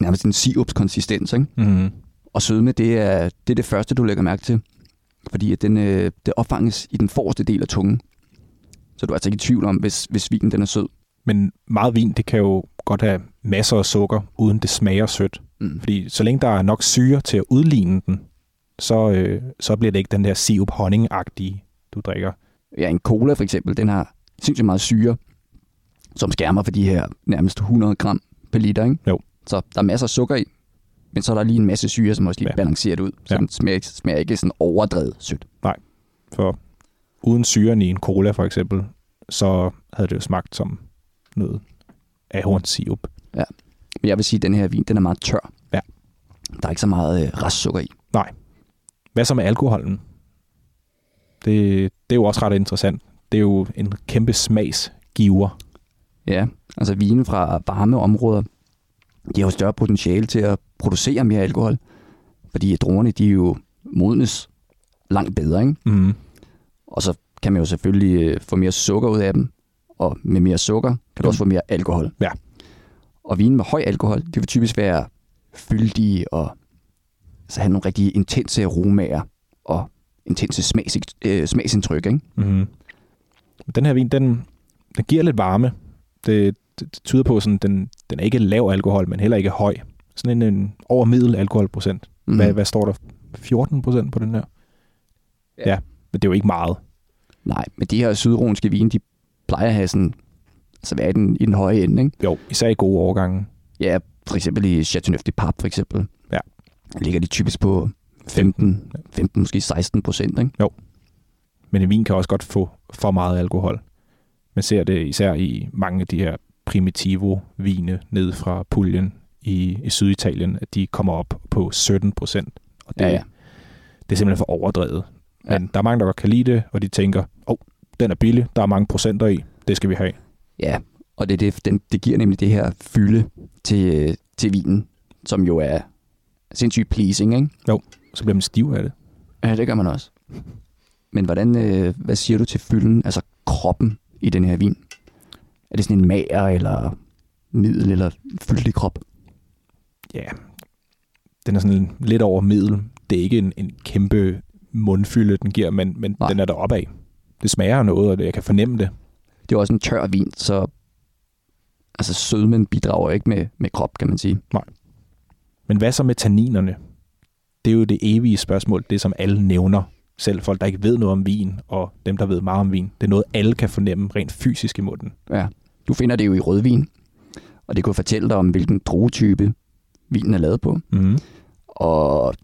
A: nærmest en sirups-konsistens, ikke?
B: Mm-hmm.
A: Og sødme, det er, det er det første, du lægger mærke til. Fordi at den, øh, det opfanges i den forreste del af tungen. Så du er altså ikke i tvivl om, hvis, hvis vinen den er sød.
B: Men meget vin, det kan jo godt have masser af sukker, uden det smager sødt.
A: Mm.
B: Fordi så længe der er nok syre til at udligne den, så, øh, så bliver det ikke den der sirup honning du drikker.
A: ja, en cola for eksempel, den har sindssygt meget syre, som skærmer for de her nærmest 100 gram per liter, ikke?
B: Jo.
A: Så der er masser af sukker i, men så er der lige en masse syre, som også lige
B: Ja.
A: ja. balancerer det ud, så
B: Ja.
A: ja. den smager, ikke- smager ikke sådan overdrevet sødt.
B: For uden syren i en cola for eksempel, så havde det jo smagt som noget ahornsirup.
A: Men jeg vil sige, at den her vin, den er meget tør.
B: Ja.
A: Der er ikke så meget øh, restsukker i.
B: Hvad så med alkoholen? Det, det er jo også ret interessant. Det er jo en kæmpe smagsgiver.
A: Ja, altså vine fra varme områder, de har jo større potentiale til at producere mere alkohol, fordi druerne, de er jo modnes langt bedre, ikke?
B: Mm.
A: Og så kan man jo selvfølgelig øh, få mere sukker ud af dem, og med mere sukker kan du også få mere alkohol.
B: Mm. Ja.
A: Og vinen med høj alkohol, de vil typisk være fyldige og så have nogle rigtig intense aromaer og intense smags, øh, smagsindtryk. Ikke?
B: Mm. Den her vin, den, den giver lidt varme. Det, det, det tyder på, sådan, den, den er ikke lav alkohol, men heller ikke høj. Sådan en, en over middel alkoholprocent. Mm.
A: Mm-hmm.
B: Hvad, hvad står der? 14 procent på den her? Ja.
A: Ja.
B: ja, men det er jo ikke meget.
A: Nej, men de her sydrunske vine, de plejer at have sådan, altså være i den, i den høje ende. Ikke?
B: Jo, især i gode årgange.
A: Ja, for eksempel i Chateauneuf de Pape, for eksempel.
B: Ja.
A: Der ligger de typisk på 15, 15 måske 16 procent. Ikke?
B: Men en vin kan også godt få for meget alkohol. Man ser det især i mange af de her primitivo-vine ned fra puljen i, i Syditalien, at de kommer op på 17 procent. Og det,
A: Ja, ja.
B: det er simpelthen for overdrevet.
A: Ja.
B: Men der er mange, der godt kan lide det, og de tænker, åh, oh, den er billig, der er mange procenter i, det skal vi have.
A: Ja, og det, er det, den, det giver nemlig det her fylde til, øh, til vinen, som jo er sindssygt pleasing, ikke?
B: Så bliver man stiv af det.
A: Ja, det gør man også. Men hvordan, øh, hvad siger du til fylden, altså kroppen i den her vin? Er det sådan en mager eller middel eller fyldig krop?
B: Ja, den er sådan lidt over middel. Det er ikke en, en kæmpe mundfylde, den giver, men, men
A: Nej.
B: den er der opad. Det smager af noget, og det, jeg kan fornemme det.
A: Det er jo også en tør vin, så altså sødmen bidrager ikke med, med krop, kan man sige.
B: Men hvad så med tanninerne? Det er jo det evige spørgsmål, det som alle nævner. Selv folk, der ikke ved noget om vin, og dem, der ved meget om vin. Det er noget, alle kan fornemme rent fysisk i munden.
A: Ja. Du finder det jo i rødvin, og det kunne fortælle dig om, hvilken druetype vinen er lavet på.
B: Mm.
A: Og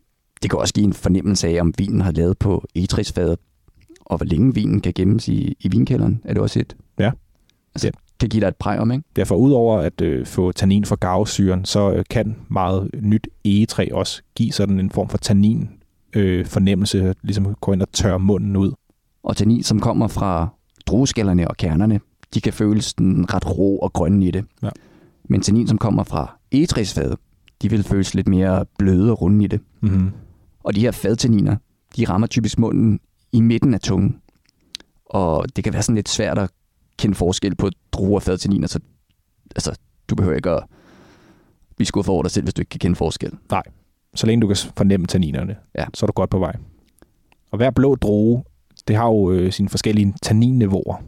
A: det kan også give en fornemmelse af, om vinen har lavet på egetræsfadet, og hvor længe vinen kan gemmes i, i vinkælderen, er det også et.
B: Ja.
A: Altså,
B: Ja.
A: kan give dig et præg om, ikke?
B: Derfor udover at øh, få tannin fra garvesyren, så øh, kan meget nyt egetræ også give sådan en form for tannin øh, fornemmelse, ligesom gå ind og tørre munden ud.
A: Og tannin, som kommer fra drueskallerne og kernerne, de kan føles den ret rå og grønne i det.
B: Ja.
A: Men tannin, som kommer fra egetræsfadet, de vil føles lidt mere bløde og runde i det.
B: Mm-hmm.
A: Og de her fadtanniner, de rammer typisk munden i midten af tungen. Og det kan være sådan lidt svært at kende forskel på druer og fadtanniner, så altså, du behøver ikke at blive skuffet over dig selv, hvis du ikke kan kende forskel.
B: Så længe du kan s- fornemme tanninerne,
A: Ja.
B: så er du godt på vej. Og hver blå droge, det har jo øh, sine forskellige tanninniveauer,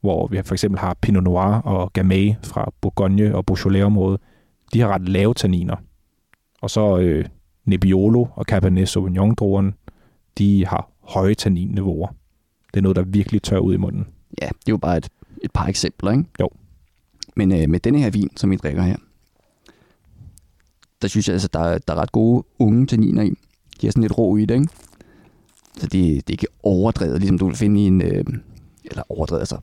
B: hvor vi for eksempel har Pinot Noir og Gamay fra Bourgogne og Beaujolais-området. De har ret lave tanniner. Og så øh, Nebbiolo og Cabernet Sauvignon-druerne, de har høje tanninniveauer. Det er noget, der virkelig tør ud i munden.
A: Ja, det er jo bare et, et par eksempler, ikke?
B: Jo.
A: Men øh, med denne her vin, som vi drikker her, der synes jeg altså, der, er- der er ret gode unge tanniner i. De er sådan lidt rå i det, ikke? Så det, det er ikke overdrevet, ligesom du vil finde i en... Øh, eller overdrevet, altså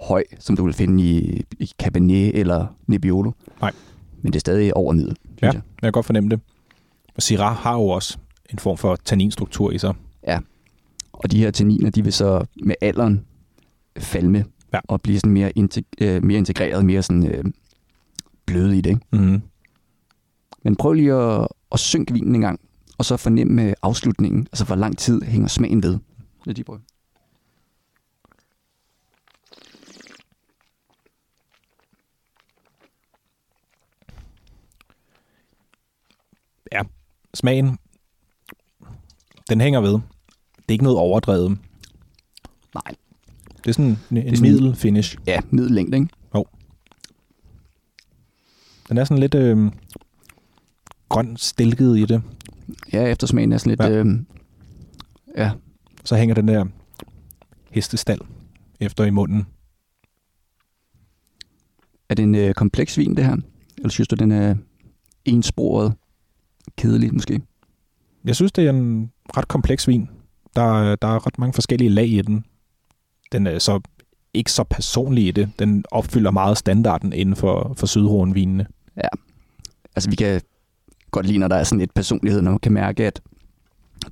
A: høj, som du vil finde i, i Cabernet eller Nebbiolo.
B: Nej.
A: Men det er stadig over middel.
B: Ja,
A: jeg.
B: jeg kan godt fornemme det. Og Syrah har jo også en form for tanninstruktur i sig.
A: Og de her tanniner, de vil så med alderen falme
B: Ja.
A: og blive sådan mere, integ- øh, mere integreret, mere sådan øh, bløde i det, ikke?
B: Mm-hmm.
A: Men prøv lige at, at synke vinen en gang, og så fornemme øh, afslutningen, altså hvor lang tid hænger smagen ved. Ja, de prøver.
B: smagen, den hænger ved. Det er ikke noget overdrevet.
A: Nej,
B: Det er sådan en, en
A: sådan-
B: middel finish.
A: ja, middellængde, ikke?
B: Den er sådan lidt øh, grøn stilket i det.
A: Ja, eftersmagen er sådan lidt...
B: Ja.
A: Ja. Øh, ja,
B: Så hænger den der hestestal efter i munden.
A: er det en øh, kompleks vin, det her? Eller synes du, den er ensporet, kedelig måske?
B: Jeg synes, det er en ret kompleks vin. Der, der er ret mange forskellige lag i den. Den er så ikke så personlig i det. Den opfylder meget standarden inden for, for sydroenvinene.
A: Altså, vi kan godt lide, når der er sådan lidt personlighed, når man kan mærke, at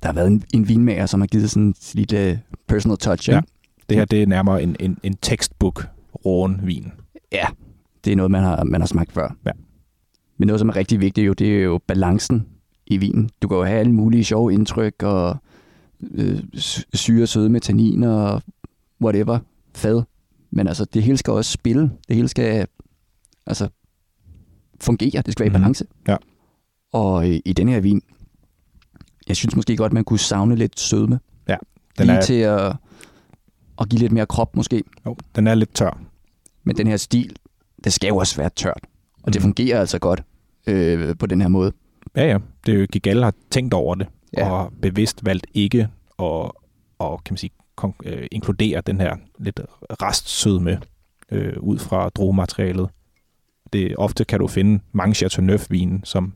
A: der har været en, en vinmager, som har givet sådan sit lille øh, personal touch,
B: Ja.
A: ikke?
B: Det her det er nærmere en, en, en textbook roen vin.
A: ja, det er noget, man har, man har smagt før.
B: Ja.
A: Men noget, som er rigtig vigtigt, jo, det er jo balancen i vinen. Du kan jo have alle mulige sjove indtryk og øh, sy- syre søde med tanniner og whatever, fad. Men altså, det hele skal også spille. Det hele skal altså, fungere. Det skal være i
B: Mhm.
A: balance.
B: Ja.
A: Og øh, i, i den her vin, jeg synes måske godt, man kunne savne lidt sødme.
B: Den
A: lige
B: er,
A: til at, at give lidt mere krop måske.
B: jo, den er lidt tør.
A: Men den her stil, det skal jo også være tørt. Og det
B: Mm.
A: fungerer altså godt øh, på den her måde.
B: Ja, ja. Det er jo, Gigal har tænkt over det, ja.
A: Ja.
B: og har bevidst valgt ikke at, og, kan man sige, kon- øh, inkludere den her lidt restsødme øh, ud fra drogematerialet. Det, ofte kan du finde mange Chateauneuf-vinen, som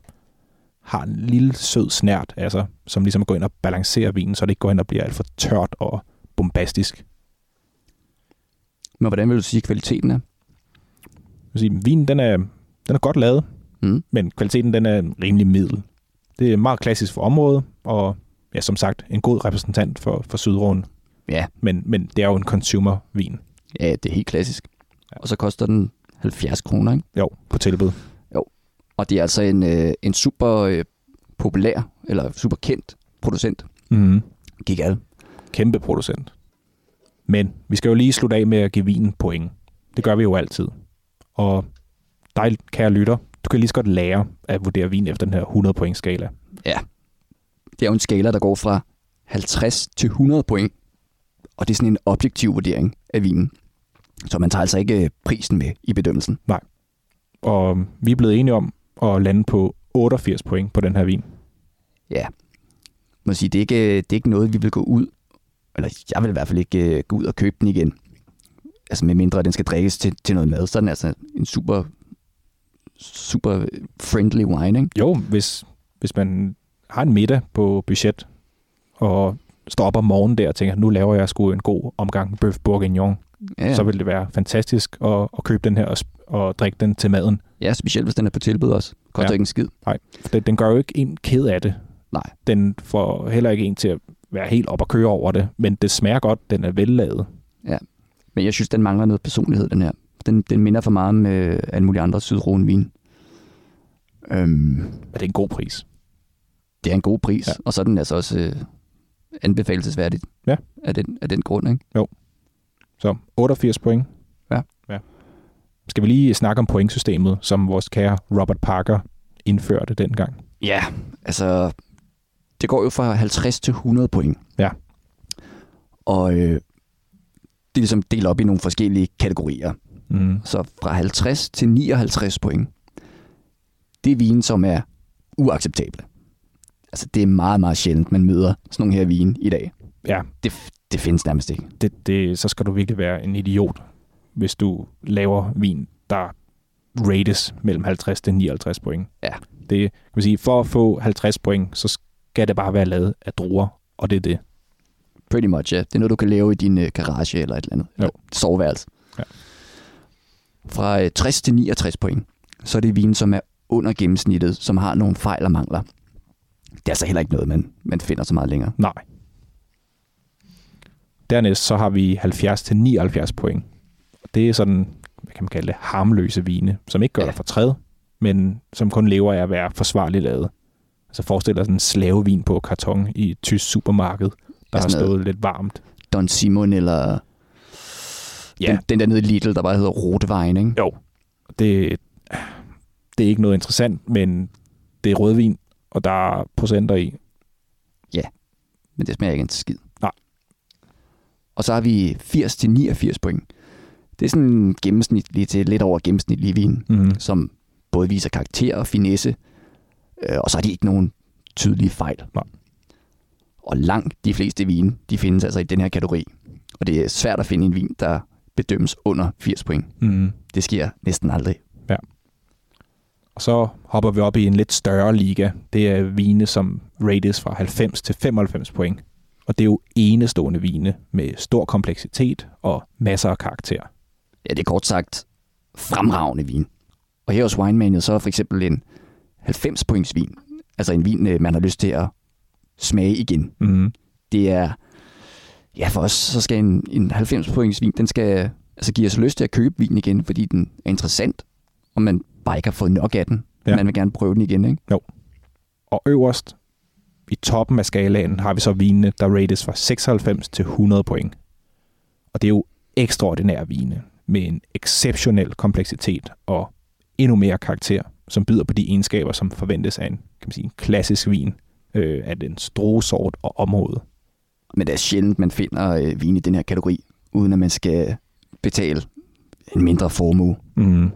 B: har en lille sød snært, altså, som ligesom går ind og balancerer vinen, så det ikke går ind og bliver alt for tørt og bombastisk.
A: Men hvordan vil du sige, kvaliteten er?
B: Jeg vil sige, vinen den er, den er godt lavet,
A: Mm.
B: men kvaliteten den er rimelig middel. Det er meget klassisk for området, og ja, som sagt, en god repræsentant for, for Sydråen.
A: Ja.
B: Men, men det er jo en consumer-vin,
A: Ja, det er helt klassisk.
B: Ja.
A: Ja. Og så koster den 70 kroner, ikke?
B: jo, på tilbud.
A: Og det er altså en, øh, en super øh, populær, eller super kendt producent,
B: Mm.
A: Gigal.
B: Kæmpe producent. Men vi skal jo lige slutte af med at give vinen point. Det gør vi jo altid. Og dig, kære lytter, du kan lige så godt lære at vurdere vin efter den her 100 point skala.
A: Det er jo en skala, der går fra 50 til 100 point. Og det er sådan en objektiv vurdering af vinen. Så man tager altså ikke øh, prisen med i bedømmelsen.
B: Og vi er blevet enige om at lande på 88 point på den her vin.
A: Ja. Man sige, det er, ikke, det er ikke noget, vi vil gå ud, eller jeg vil i hvert fald ikke øh, gå ud og købe den igen. Altså med mindre, at den skal drikkes til, til noget mad, så er den altså en super, super friendly wine, ikke?
B: Jo, hvis, hvis man har en middag på budget, og står op om morgenen der og tænker, nu laver jeg sgu en god omgang bøf bourguignon,
A: Ja,
B: ja.
A: ja.
B: så vil det være fantastisk at, at købe den her og, sp- og drikke den til maden.
A: ja specielt hvis den er på tilbud også. Koster
B: Ja.
A: ja. ikke en skid.
B: For den, den gør jo ikke en ked af det.
A: Nej.
B: Den får heller ikke en til at være helt op og køre over det, men det smager godt, den er vellavet.
A: Men jeg synes, den mangler noget personlighed, den her. Den, den minder for meget om øh, alle mulige andre sydroenvin. Øhm,
B: Og det er en god pris.
A: det er en god pris,
B: Ja.
A: ja. og så er den altså også øh, anbefalesværdig
B: Ja.
A: af, den, af den grund. Ikke?
B: Så 88 point.
A: Ja.
B: ja. Skal vi lige snakke om pointsystemet, som vores kære Robert Parker indførte dengang?
A: Ja, altså, det går jo fra 50 til 100 point.
B: Ja.
A: Og øh, det er ligesom delt op i nogle forskellige kategorier.
B: Mm.
A: Så fra 50 til 59 point. Det er vine, som er uacceptable. Altså, det er meget, meget sjældent, man møder sådan nogle her vine i dag.
B: Ja,
A: Det, det findes nærmest ikke.
B: det, det, så skal du virkelig være en idiot, hvis du laver vin, der rates mellem 50 til 59 point.
A: Ja.
B: Det kan man sige, for at få 50 point, så skal det bare være lavet af druer, og det er det.
A: Pretty much, ja. Det er noget, du kan lave i din øh, garage eller et eller andet. Eller Soveværelse.
B: Ja.
A: Fra øh, 60 til 69 point, så er det vin, som er under gennemsnittet, som har nogle fejl og mangler. Det er altså heller ikke noget, man, man finder så meget længere.
B: Nej. Dernæst så har vi 70 til 79 point. Og Det er sådan, hvad kan man kalde det, harmløse vine, som ikke gør
A: Ja.
B: dig fortræd, men som kun lever af at være forsvarligt lavet. Altså forestil dig sådan en slavevin på karton i et tysk supermarked, der
A: Ja,
B: har
A: sådan noget.
B: stået lidt varmt.
A: Don Simon eller
B: Ja.
A: den, den der nede i Lidl, der bare hedder Rotevejen, ikke?
B: Jo, det, det er ikke noget interessant, men det er rødvin, og der er procenter i.
A: men det smager ikke en skid.
B: Nej.
A: Og så har vi 80 til 89 point. Det er sådan gennemsnitlig til lidt over gennemsnitlig vin,
B: Mm.
A: som både viser karakter og finesse, øh, og så har de ikke nogen tydelige fejl.
B: Nej.
A: Og langt de fleste vine, de findes altså i den her kategori. Og det er svært at finde en vin, der bedømmes under 80 point.
B: Mm.
A: Det sker næsten aldrig.
B: Og så hopper vi op i en lidt større liga. Det er vine, som rates fra 90 til 95 point. Og det er jo enestående vine med stor kompleksitet og masser af karakter.
A: Ja, det er kort sagt fremragende vin. Og her hos Winemania, så er for eksempel en 90 points vin, altså en vin, øh, man har lyst til at smage igen.
B: Mm.
A: Det er, ja for os, så skal en, en 90 points vin, den skal altså give os lyst til at købe vin igen, fordi den er interessant, og man bare ikke har fået nok af den.
B: Ja.
A: Ja. Man vil gerne prøve den igen, ikke?
B: Og øverst i toppen af skalaen har vi så vinene, der rates fra 96 til 100 point. Og det er jo ekstraordinære vine med en exceptionel kompleksitet og endnu mere karakter, som byder på de egenskaber, som forventes af en, kan man sige, en klassisk vin øh, af den strogesort og område.
A: Men det er sjældent, man finder øh, vin i den her kategori, uden at man skal betale en mindre formue.
B: Mm.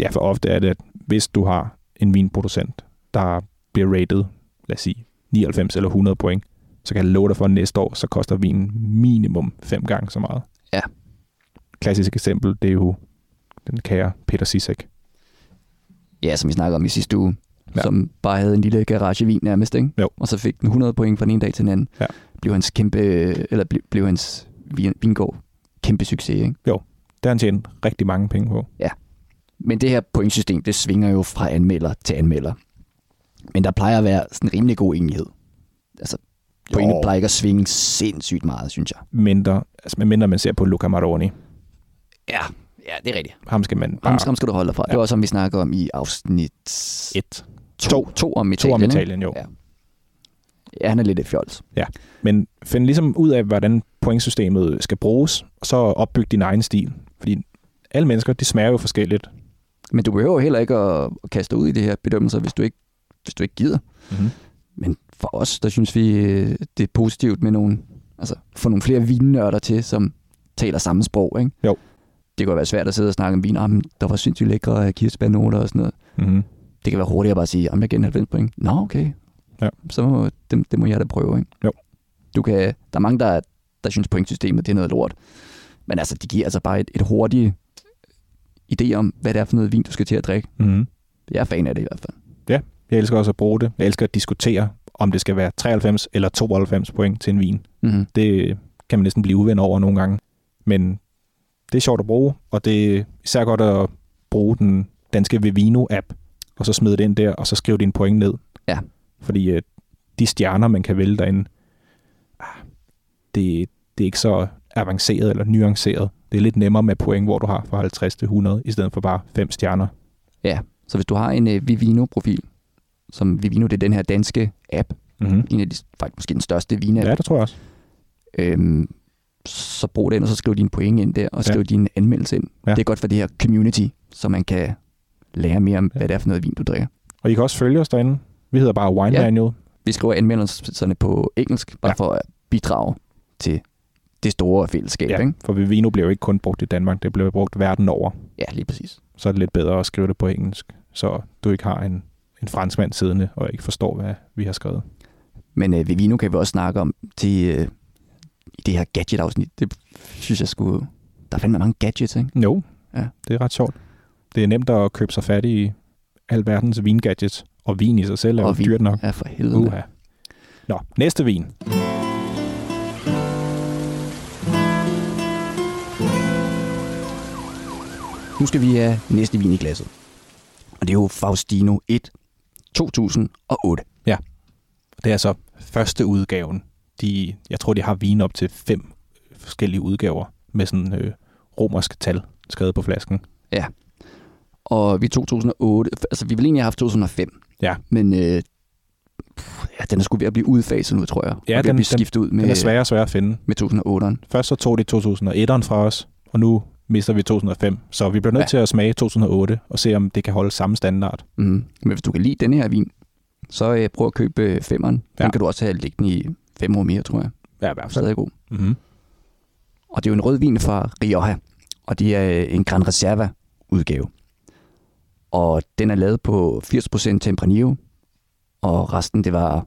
B: Ja, for ofte er det, at hvis du har en vinproducent, der bliver rated, lad os sige, 99 eller 100 point, så kan jeg love dig for, at næste år, så koster vinen minimum fem gange så meget.
A: Ja.
B: Klassisk eksempel, det er jo den kære Peter Sisek.
A: Ja, som vi snakkede om i sidste uge,
B: Ja.
A: ja. som bare havde en lille garagevin nærmest, ikke?
B: Jo.
A: Og så fik den 100 point fra den ene dag til den anden.
B: Ja.
A: Blev hans kæmpe, eller blev, blev hans vin- vingård kæmpe succes, ikke?
B: Der har han tjent rigtig mange penge på.
A: Men det her pointsystem, det svinger jo fra anmelder til anmelder. Men der plejer at være sådan en rimelig god enighed. Altså, pointet
B: Jo.
A: plejer ikke at svinge sindssygt meget, synes jeg.
B: Mindre, altså mindre man ser på Luca Maroni.
A: Ja, ja det er rigtigt.
B: Ham skal man bare...
A: Ham, ham skal du holde dig fra. Ja.
B: Ja.
A: Det var som vi snakker om i afsnit
B: Et.
A: 2 to, to om Italien.
B: To om
A: ikke?
B: Italien, jo.
A: Ja. Ja, han er lidt et fjols.
B: Men find ligesom ud af, hvordan pointsystemet skal bruges, og så opbyg din egen stil. Fordi alle mennesker, de smager jo forskelligt.
A: Men du behøver heller ikke at, at kaste ud i det her bedømmelser, hvis du ikke, hvis du ikke gider.
B: Mm-hmm.
A: Men for os, der synes vi, øh, det er positivt med nogle, altså, få nogle flere vinnørder til, som taler samme sprog. Ikke?
B: Jo.
A: Det kan jo være svært at sidde og snakke om vin. Ah, men der var sindssygt lækre øh, kirsebærnoter og sådan noget.
B: Mm-hmm.
A: Det kan være hurtigt at bare sige, at jeg giver den 90 point. Nå, okay.
B: Ja.
A: Så må, det, det må jeg da prøve. Ikke?
B: Jo.
A: Du kan, der er mange, der, der synes, pointsystemet det er noget lort. Men altså, de giver altså bare et, et hurtigt idé om, hvad det er for noget vin, du skal til at drikke.
B: Mm-hmm.
A: Jeg er fan af det i hvert fald.
B: Jeg elsker også at bruge det. Jeg elsker at diskutere, om det skal være 93 eller 92 point til en vin.
A: Mm-hmm.
B: Det kan man næsten blive uven over nogle gange. Men det er sjovt at bruge, og det er især godt at bruge den danske Vivino-app, og så smide det ind der, og så skrive dine point ned.
A: Ja.
B: Fordi øh, de stjerner, man kan vælge derinde, ah, det, det er ikke så avanceret eller nuanceret. Det er lidt nemmere med point, hvor du har fra 50 til 100, i stedet for bare fem stjerner.
A: Så hvis du har en øh, Vivino-profil, som Vivino, det er den her danske app,
B: Mm-hmm.
A: en af de, faktisk måske den største vinapp,
B: Ja, det tror jeg også.
A: øhm, så brug den, og så skriv dine point ind der, og
B: Ja.
A: skriv ja. din anmeldelse ind.
B: Ja.
A: Ja. Det er godt for det her community, så man kan lære mere om, ja.
B: Ja.
A: hvad det er for noget vin, du drikker.
B: Og I kan også følge os derinde. Vi hedder bare Wine
A: Ja.
B: Manual.
A: Vi skriver anmeldelserne på engelsk, bare
B: Ja.
A: ja. for at bidrage til det store fællesskab. Ja, ikke?
B: for Vivino bliver jo ikke kun brugt i Danmark, det bliver brugt verden over.
A: ja lige præcis.
B: Så er det lidt bedre at skrive det på engelsk, så du ikke har en, en franskmand siddende og ikke forstår, hvad vi har skrevet.
A: Men øh, Vivino kan vi også snakke om til øh, i det her gadget-afsnit. Det synes jeg skulle... Der er fandme mange gadgets, ikke?
B: Jo,
A: Ja.
B: det er ret sjovt. Det er nemt at købe sig fat i alverdens vingadgets, og vin i sig selv er
A: Og
B: jo
A: vin.
B: dyrt nok.
A: Ja, for helvede. mand.
B: Uha. Nå, næste vin.
A: Nu skal vi have næste vin i glasset. Og det er jo Faustino 1 2008.
B: Det er så første udgaven. De, jeg tror, de har vin op til fem forskellige udgaver med sådan øh, romerske tal skrevet på flasken.
A: Og vi 2008, altså vi ville egentlig have haft 2005.
B: Ja.
A: Men øh, pff, ja, den er sgu ved at blive udfaset nu, tror jeg.
B: Ja,
A: og den,
B: den-
A: blive skiftet ud
B: Den
A: med,
B: er sværere og sværere at finde.
A: med 2008'eren.
B: Først så tog de 2001'eren fra os, og nu mister vi 2005. Så vi bliver nødt ja.
A: Ja.
B: til at smage 2008 og se, om det kan holde samme standard.
A: Mm. Men hvis du kan lide den her vin, så øh, prøv at købe øh, femmeren. Ja.
B: Ja.
A: Den kan du også have liggende i fem år mere, tror jeg.
B: Ja, i hvert
A: Stadig god.
B: Mm-hmm.
A: Og det er jo en rødvin fra Rioja, og det er øh, en Gran Reserva udgave. Og den er lavet på 80% Tempranillo, og resten det var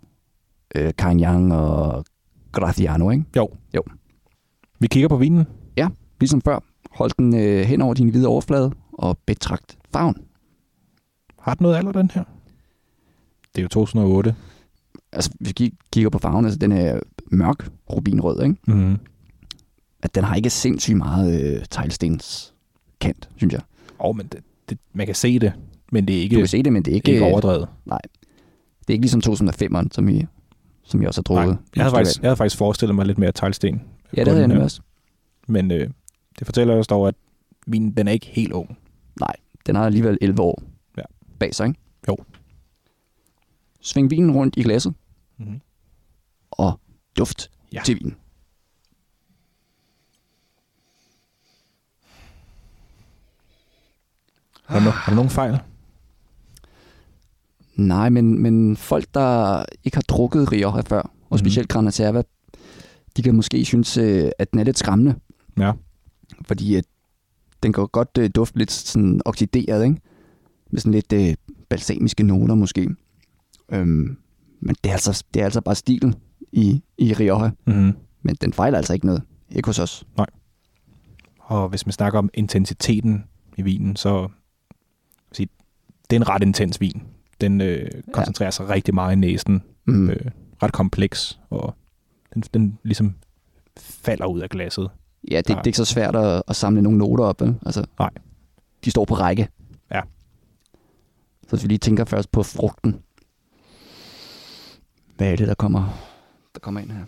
A: øh, Carignan og Graciano, ikke?
B: Vi kigger på vinen.
A: Ligesom før, hold den øh, hen over din hvide overflade og betragt farven.
B: Har den noget alder, den her? Det er jo 2008.
A: Altså, hvis vi kig- kigger på farven, altså den er mørk rubinrød, ikke?
B: Mm-hmm.
A: At den har ikke sindssygt meget øh, teglstens kant, synes jeg.
B: Og men det, det, man kan se det, men det er ikke,
A: Du kan se det, men det er ikke, øh,
B: ikke overdrevet.
A: det er ikke ligesom 2005'eren, som I, som I også har drukket.
B: Jeg havde, faktisk, jeg havde faktisk forestillet mig lidt mere teglsten.
A: Ja, det havde jeg
B: Bunden
A: nemlig
B: her.
A: også.
B: Men øh, det fortæller os dog, at vinen den er ikke helt ung.
A: Den har alligevel 11 år
B: Ja.
A: bag sig, ikke?
B: Jo.
A: Sving vinen rundt i glasset Mhm.
B: Mm-hmm.
A: og duft
B: Ja.
A: ja. til vinen.
B: Har, du, no- har du nogen fejl?
A: Nej, men, men folk, der ikke har drukket Rioja før, og specielt Gran Reserva, de kan måske synes, øh, at den er lidt skræmmende,
B: Ja.
A: fordi at den kan godt øh, dufte lidt sådan oxideret, ikke? Med sådan lidt øh, balsamiske noter måske. Øhm, men det er, altså, det er altså bare stilen i, i Rioja.
B: Mm-hmm.
A: Men den fejler altså ikke noget. Ikke hos os.
B: Og hvis man snakker om intensiteten i vinen, så jeg vil sige, det er en ret intens vin. Den øh, koncentrerer ja. sig rigtig meget i næsen. Mm.
A: Mm.
B: Øh, ret kompleks, og den, den ligesom falder ud af glasset.
A: Ja, det, det
B: Nej.
A: er ikke så svært at, at samle nogle noter op. Vel? Altså,
B: Nej.
A: De står på række.
B: Ja.
A: Så hvis vi lige tænker først på frugten. Hvad er det, der kommer, der kommer ind her?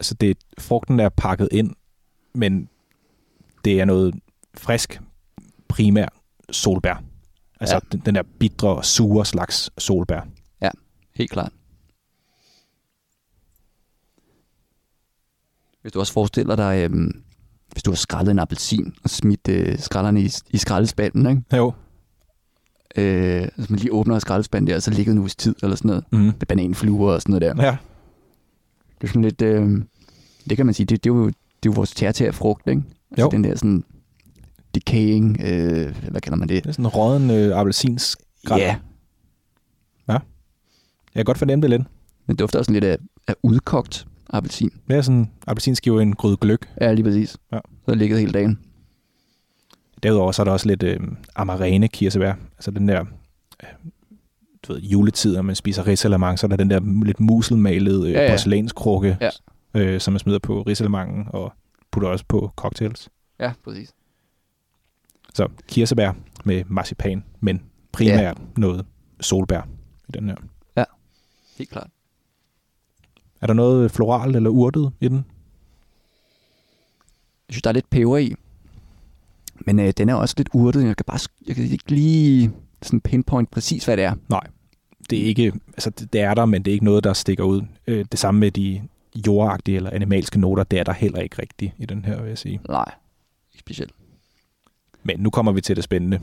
B: Altså det, frugten er pakket ind, men det er noget frisk, primær solbær. Altså ja.
A: Ja.
B: den, den der bitre, sure slags solbær.
A: Helt klart. Hvis du også forestiller dig, øhm, hvis du har skrællet en appelsin og smidt øh, skrællerne i, i skraldespanden, ikke?
B: Jo.
A: Øh, hvis man lige åbner skraldespanden der, og så ligger den en uges tid eller sådan noget.
B: Mm.
A: Med bananfluer og sådan noget der.
B: Ja.
A: Det er sådan lidt, øh, det kan man sige, det, det, er, jo, det er jo vores tertiærfrugt, ikke? Altså
B: Jo.
A: den der sådan decaying, øh, hvad kalder man det?
B: Det er sådan en rådden øh, appelsins. Skræl.
A: Ja,
B: Jeg kan godt fornemme det lidt.
A: men det dufter også sådan lidt af, af udkogt appelsin.
B: Det er sådan, appelsinskiver i en gryde gløk.
A: Ja, lige præcis.
B: Ja.
A: Så har det ligget hele dagen.
B: Derudover så er der også lidt øh, amarene kirsebær. Altså den der, øh, du ved, juletid, når man spiser risalamang, så er der den der lidt muselmalede øh,
A: Ja,
B: ja,
A: ja.
B: ja. porcelænskrukke,
A: Ja.
B: øh, som man smider på risalamangen og putter også på cocktails.
A: Ja, præcis.
B: Så kirsebær med marcipan, men primært ja. noget solbær i den her.
A: Helt klart.
B: Er der noget floralt eller urtet i den?
A: Jeg synes, der er lidt peber i. Men øh, den er også lidt urtet. Jeg kan bare sk- jeg kan ikke lige sådan pinpoint præcis, hvad det er.
B: Det er ikke, altså det, det er der, men det er ikke noget, der stikker ud. Øh, det samme med de jordagtige eller animalske noter, det er der heller ikke rigtigt i den her, vil jeg sige.
A: Nej, ikke specielt.
B: Men nu kommer vi til det spændende.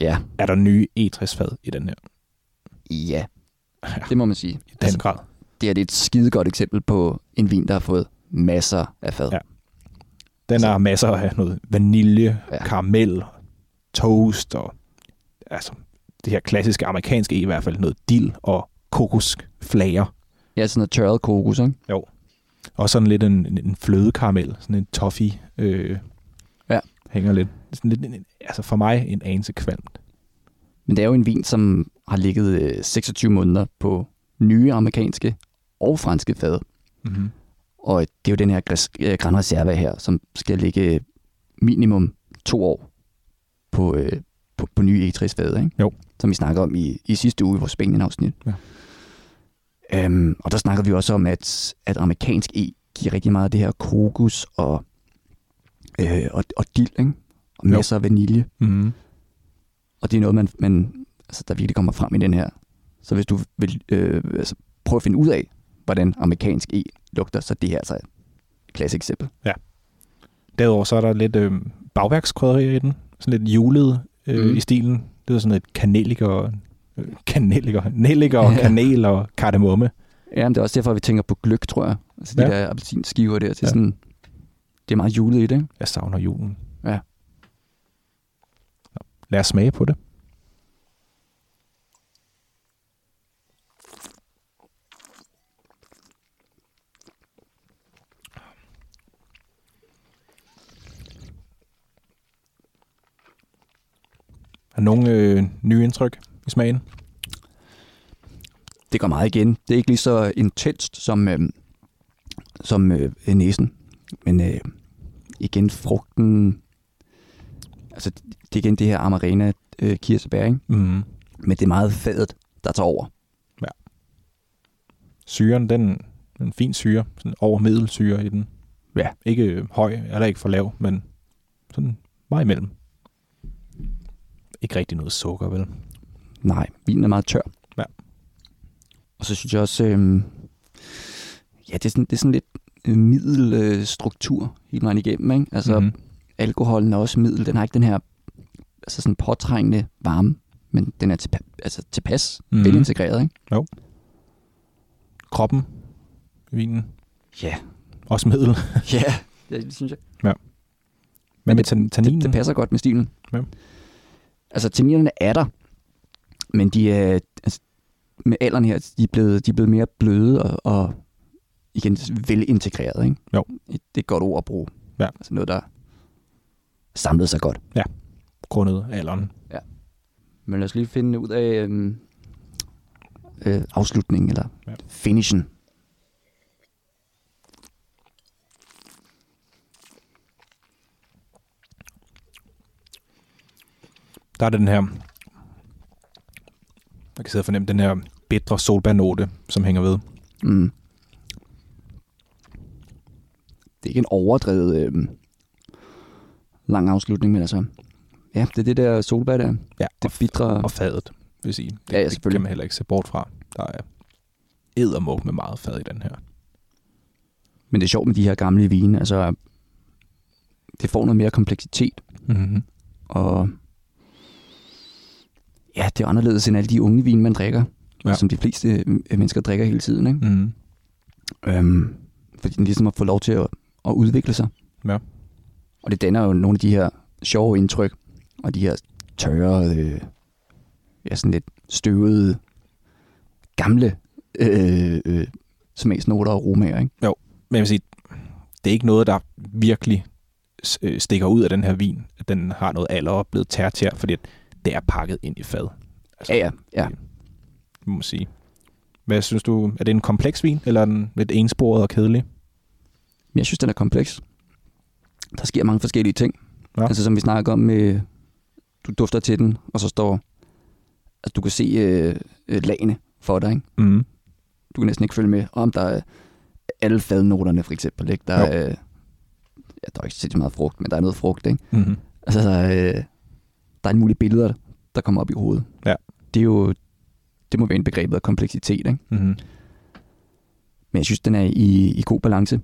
A: Ja,
B: Er der nye E60-fad i den her?
A: ja. Det må man sige.
B: I den
A: Altså-
B: grad.
A: Det her det er et skidegodt eksempel på en vin, der har fået masser af fad.
B: Ja. Den
A: altså-
B: har masser af noget vanilje,
A: Ja.
B: ja. karamel, toast og altså, det her klassiske amerikanske e i hvert fald, noget dild og kokosflager.
A: Ja, sådan noget tørret kokos, ikke?
B: Og sådan lidt en, en en flødekaramel, sådan en toffee, øh,
A: Ja.
B: hænger lidt. Sådan lidt en, en- altså for mig en anelse kvalmt.
A: Men det er jo en vin, som har ligget øh, 26 måneder på nye amerikanske og franske fad.
B: Mm-hmm.
A: Og det er jo den her græs- øh, Gran Reserva her, som skal ligge øh, minimum to år på, øh, på, på nye E60-fader, ikke?
B: Jo.
A: Som vi snakker om i, i sidste uge i vores Spanien-afsnit.
B: Ja.
A: Øhm, og der snakker vi også om, at, at amerikansk E giver rigtig meget af det her kokos og, øh, og, og dild, ikke? Og
B: Jo.
A: masser af vanilje.
B: Mm-hmm.
A: Og det er noget, man, man, altså, der virkelig kommer frem i den her. Så hvis du vil øh, altså, prøve at finde ud af, hvordan amerikansk E lugter, så det her altså et klassisk eksempel.
B: Derudover så er der lidt øh, bagværkskrydderier i den. Sådan lidt julet øh,
A: Mm.
B: mm. i stilen. Det er sådan et kaneliker, øh, kaneliker, nelliker, og
A: Ja.
B: kanel og kardemomme.
A: Ja, men det er også derfor, at vi tænker på gløk, tror jeg. Altså de
B: Ja.
A: der appelsinskiver der. Det er,
B: Ja.
A: sådan, det er meget julet i det, ikke?
B: Jeg savner julen.
A: Ja.
B: Nå, Lad os smage på det. Er der nogle øh, nye indtryk i smagen?
A: Det går meget igen. Det er ikke lige så intenst som, øh, som øh, næsen. Men øh, igen, frugten... Altså, det er igen det her amarena øh, kirsebær, ikke?
B: Mm.
A: Men det er meget fadet, der tager over.
B: Syren, den er en fin syre, sådan over middelsyre i den.
A: Ja.
B: Ikke øh, høj, eller ikke for lav, men sådan meget imellem. Ikke rigtig noget sukker, vel?
A: Nej, vinen er meget tør.
B: Ja.
A: Og så synes jeg også, øhm, ja, det er sådan, det er sådan lidt øh, middelstruktur øh, struktur hele vejen igennem. Ikke? Altså,
B: Mhm.
A: mm-hmm. alkoholen er også middel. Den har ikke den her altså sådan påtrængende varme, men den er tilpa- altså tilpas, mm-hmm.
B: Mhm.
A: velintegreret. Ikke?
B: Kroppen i vinen,
A: Ja.
B: også middel.
A: ja, det, det synes jeg.
B: Men med
A: det-
B: tan- tanninen,
A: Det, det passer godt med stilen.
B: Ja.
A: Altså, tanninerne er der, men de er, altså, med alderen her, de er blevet, de er blevet mere bløde og, og igen, velintegreret, ikke?
B: Jo.
A: Det er et godt ord at bruge.
B: Ja.
A: Altså noget, der samlede sig godt.
B: grundet alderen.
A: Men lad os lige finde ud af øhm, øh, afslutningen, eller ja.
B: Ja.
A: finishen.
B: Der er den her, jeg kan sidde og fornemme den her bedre solbærnote, som hænger ved.
A: Mm. Det er ikke en overdrevet øh, lang afslutning, men altså... Ja, det er det der solbær der.
B: Ja,
A: Det bitre...
B: og fadet, vil jeg sige. Det,
A: Ja, ja,
B: det
A: selvfølgelig.
B: kan man heller ikke se bort fra. Der er eddermuk med meget fad i den her.
A: Men det er sjovt med de her gamle vine, altså det får noget mere kompleksitet,
B: Mm-hmm.
A: og ja, det er anderledes end alle de unge vine, man drikker,
B: Ja.
A: ja. som de fleste øh, mennesker drikker hele tiden. Ikke?
B: Mm-hmm.
A: Øhm, fordi den ligesom har fået lov til at, at udvikle sig.
B: Ja.
A: Og det danner jo nogle af de her sjove indtryk, og de her tørre, øh, ja, sådan lidt støvede, gamle øh, øh, smagsnoter og romager, ikke?
B: Men jeg vil sige, det er ikke noget, der virkelig s- øh, stikker ud af den her vin, at den har noget alder og er blevet tertiær, fordi at det er pakket ind i fad, Altså-
A: Ja, ja, ja.
B: må man sige. Hvad synes du? Er det en kompleks vin, eller er den lidt ensporet og kedelig?
A: Men jeg synes, den er kompleks. Der sker mange forskellige ting.
B: Ja.
A: Ja. Altså som vi snakker om, øh, du dufter til den, og så står, altså du kan se øh, øh, lagene for dig, ikke?
B: Mm.
A: du kan næsten ikke følge med, om der er alle fadnoterne for eksempel, ikke? Der, er, øh, ja, der er ikke sindssygt meget frugt, men der er noget frugt, ikke?
B: Mm-hmm.
A: Altså, der er, øh, der er en mulige billeder, der kommer op i hovedet.
B: Ja.
A: Det er jo, det må være en begrebet af kompleksitet, ikke?
B: Mm-hmm.
A: Men jeg synes, den er i, i god balance.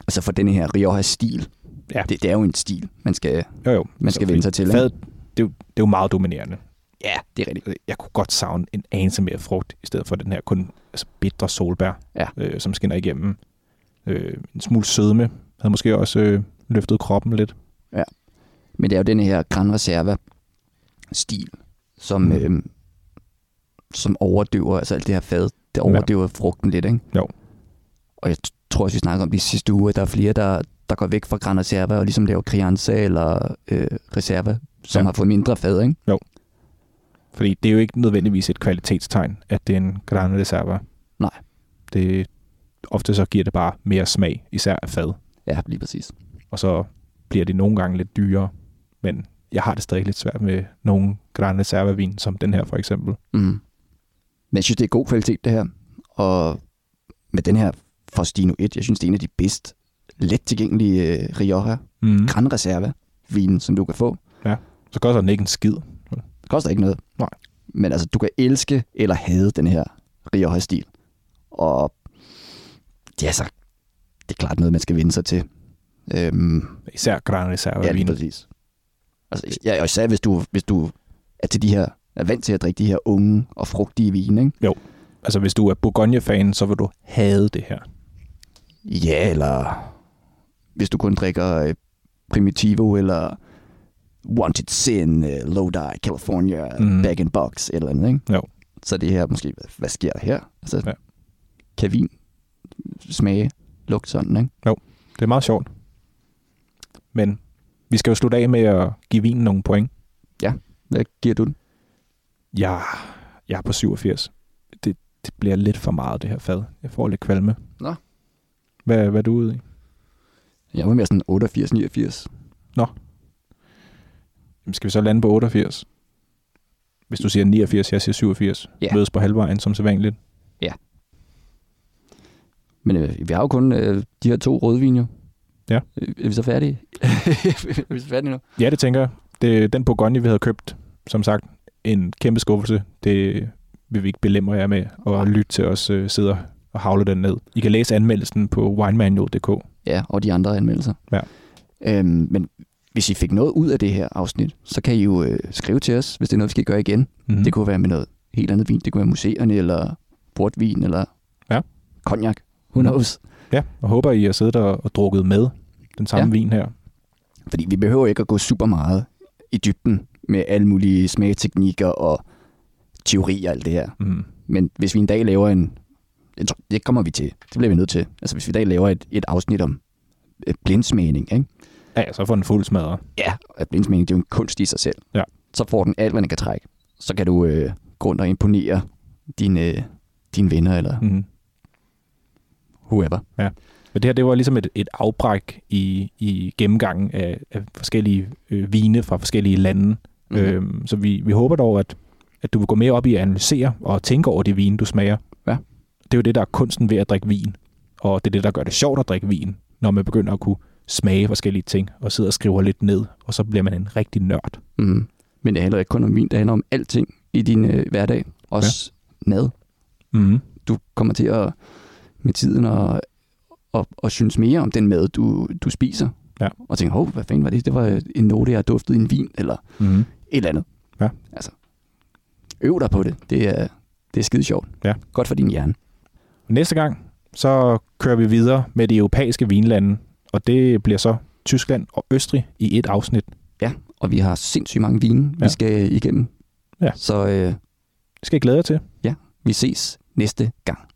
A: Altså for den her Rioja-stil,
B: Ja.
A: det, det, er jo en stil, man skal,
B: Jo, jo.
A: man skal vende sig til.
B: Fad,
A: Ikke?
B: det, er jo, det er jo meget dominerende.
A: Ja, det er rigtigt.
B: Jeg kunne godt savne en anelse mere frugt, i stedet for den her kun altså, bitre solbær,
A: Ja.
B: øh, som skinner igennem. Øh, en smule sødme havde måske også øh, løftet kroppen lidt.
A: Men det er jo den her Gran Reserva-stil, som,
B: Mm.
A: mm. øhm, som overdøver, altså alt det her fad, det overdøver ja. frugten lidt, ikke?
B: Jo.
A: Og jeg t- tror også, vi snakker om det i sidste uge, at der er flere, der, der går væk fra Gran Reserva og ligesom laver Crianza eller øh, Reserva, som ja.
B: Ja.
A: har fået mindre fad, ikke?
B: Fordi det er jo ikke nødvendigvis et kvalitetstegn, at det er en Gran Reserva.
A: Nej.
B: Det, ofte så giver det bare mere smag, især af fad.
A: Ja, lige præcis.
B: og så bliver det nogle gange lidt dyrere. Men jeg har det stadig lidt svært med nogle Gran Reserva-vin, som den her for eksempel.
A: Mm. Men jeg synes, det er god kvalitet, det her. Og med den her Faustino 1, jeg synes, det er en af de bedst let tilgængelige øh, Rioja
B: Mm.
A: Gran Reserva vinen, som du kan få.
B: Så koster den ikke en skid.
A: Det koster ikke noget.
B: Nej.
A: Men altså, du kan elske eller hade den her Rioja-stil. Og det er så, det er klart noget, man skal vende sig til. Øhm,
B: Især Gran
A: ja, lige
B: Reserva-vin.
A: præcis. Altså, ja, og især hvis du, hvis du er til de her er vant til at drikke de her unge og frugtige vine, ikke?
B: altså hvis du er Bourgogne-fan, så vil du hade det her.
A: Ja, eller hvis du kun drikker øh, Primitivo eller Wanted Sin, øh, Lodi, California,
B: Mhm.
A: mm. Bag in Box, et eller andet, ikke?
B: Jo.
A: Så det her måske, hvad, hvad sker der her? Altså,
B: Ja.
A: ja. Kan vin smage, lugte sådan, ikke?
B: Det er meget sjovt. Men vi skal jo slutte af med at give vinen nogle point.
A: Hvad giver du den?
B: Jeg, jeg er på 87. Det, det bliver lidt for meget, det her fad. Jeg får lidt kvalme.
A: Nå.
B: Hvad, hvad er du ude i?
A: Jeg var mere sådan 88-89.
B: Jamen, Skal vi så lande på 88? Hvis du siger 89, jeg siger 87.
A: Ja.
B: Mødes på halvvejen, som sædvanligt.
A: Men øh, vi har jo kun øh, de her to rødvin, jo.
B: Ja.
A: Øh, Er vi så færdige? er vi så færdige nu?
B: Ja, det tænker jeg. Det, den Bourgogne, vi havde købt, som sagt, en kæmpe skuffelse. Det vil vi ikke belemre jer med og lytte til os øh, sidde og havle den ned. I kan læse anmeldelsen på winemanual.dk.
A: Ja, og de andre anmeldelser.
B: Ja.
A: Øhm, men hvis I fik noget ud af det her afsnit, så kan I jo øh, skrive til os, hvis det er noget, vi skal gøre igen. Mm.
B: Mm-hmm.
A: Det kunne være med noget helt andet vin. Det kunne være museerne, eller portvin, eller
B: Ja.
A: cognac. Who knows?
B: Ja, og håber, I har siddet og, og drukket med den samme ja.
A: Ja.
B: vin her.
A: Fordi vi behøver ikke at gå super meget i dybden med alle mulige smageteknikker og teorier og alt det her.
B: Mm.
A: Men hvis vi en dag laver en... Jeg tror, det kommer vi til. Det bliver vi nødt til. Altså hvis vi en dag laver et, et afsnit om øh, blindsmagning, ikke?
B: Ja, ja, så får den fuld smadre.
A: ja, at blindsmagning, det er jo en kunst i sig selv.
B: Ja.
A: Så får den alt, hvad den kan trække. Så kan du øh, gå rundt og imponere dine, øh, dine venner eller
B: Mm.
A: whoever.
B: Men det her, det var ligesom et, et afbræk i, i gennemgangen af, af forskellige øh, vine fra forskellige lande. Mm.
A: Øh,
B: Øhm, så vi, vi håber dog, at, at du vil gå mere op i at analysere og tænke over de vine, du smager.
A: Ja.
B: Det er jo det, der er kunsten ved at drikke vin. Og det er det, der gør det sjovt at drikke vin, når man begynder at kunne smage forskellige ting og sidder og skriver lidt ned, og så bliver man en rigtig nørd.
A: mm. Men det handler ikke kun om vin, det handler om alting i din øh, hverdag. Også ja. mad.
B: Mm.
A: Du kommer til at med tiden og, og, og synes mere om den mad, du, du spiser.
B: Ja.
A: Og tænker, hov, hvad fanden var det? Det var en note, jeg har duftet i en vin, eller
B: Mm-hmm.
A: et eller andet.
B: Ja.
A: Altså, øv dig på det. Det er, det er skide sjovt.
B: Ja.
A: Godt for din hjerne.
B: Næste gang, så kører vi videre med de europæiske vinlande, og det bliver så Tyskland og Østrig i et afsnit.
A: Ja, og vi har sindssygt mange vine, ja.
B: Ja.
A: vi skal igennem.
B: Ja.
A: Så øh,
B: Det skal jeg glæde jer til.
A: vi ses næste gang.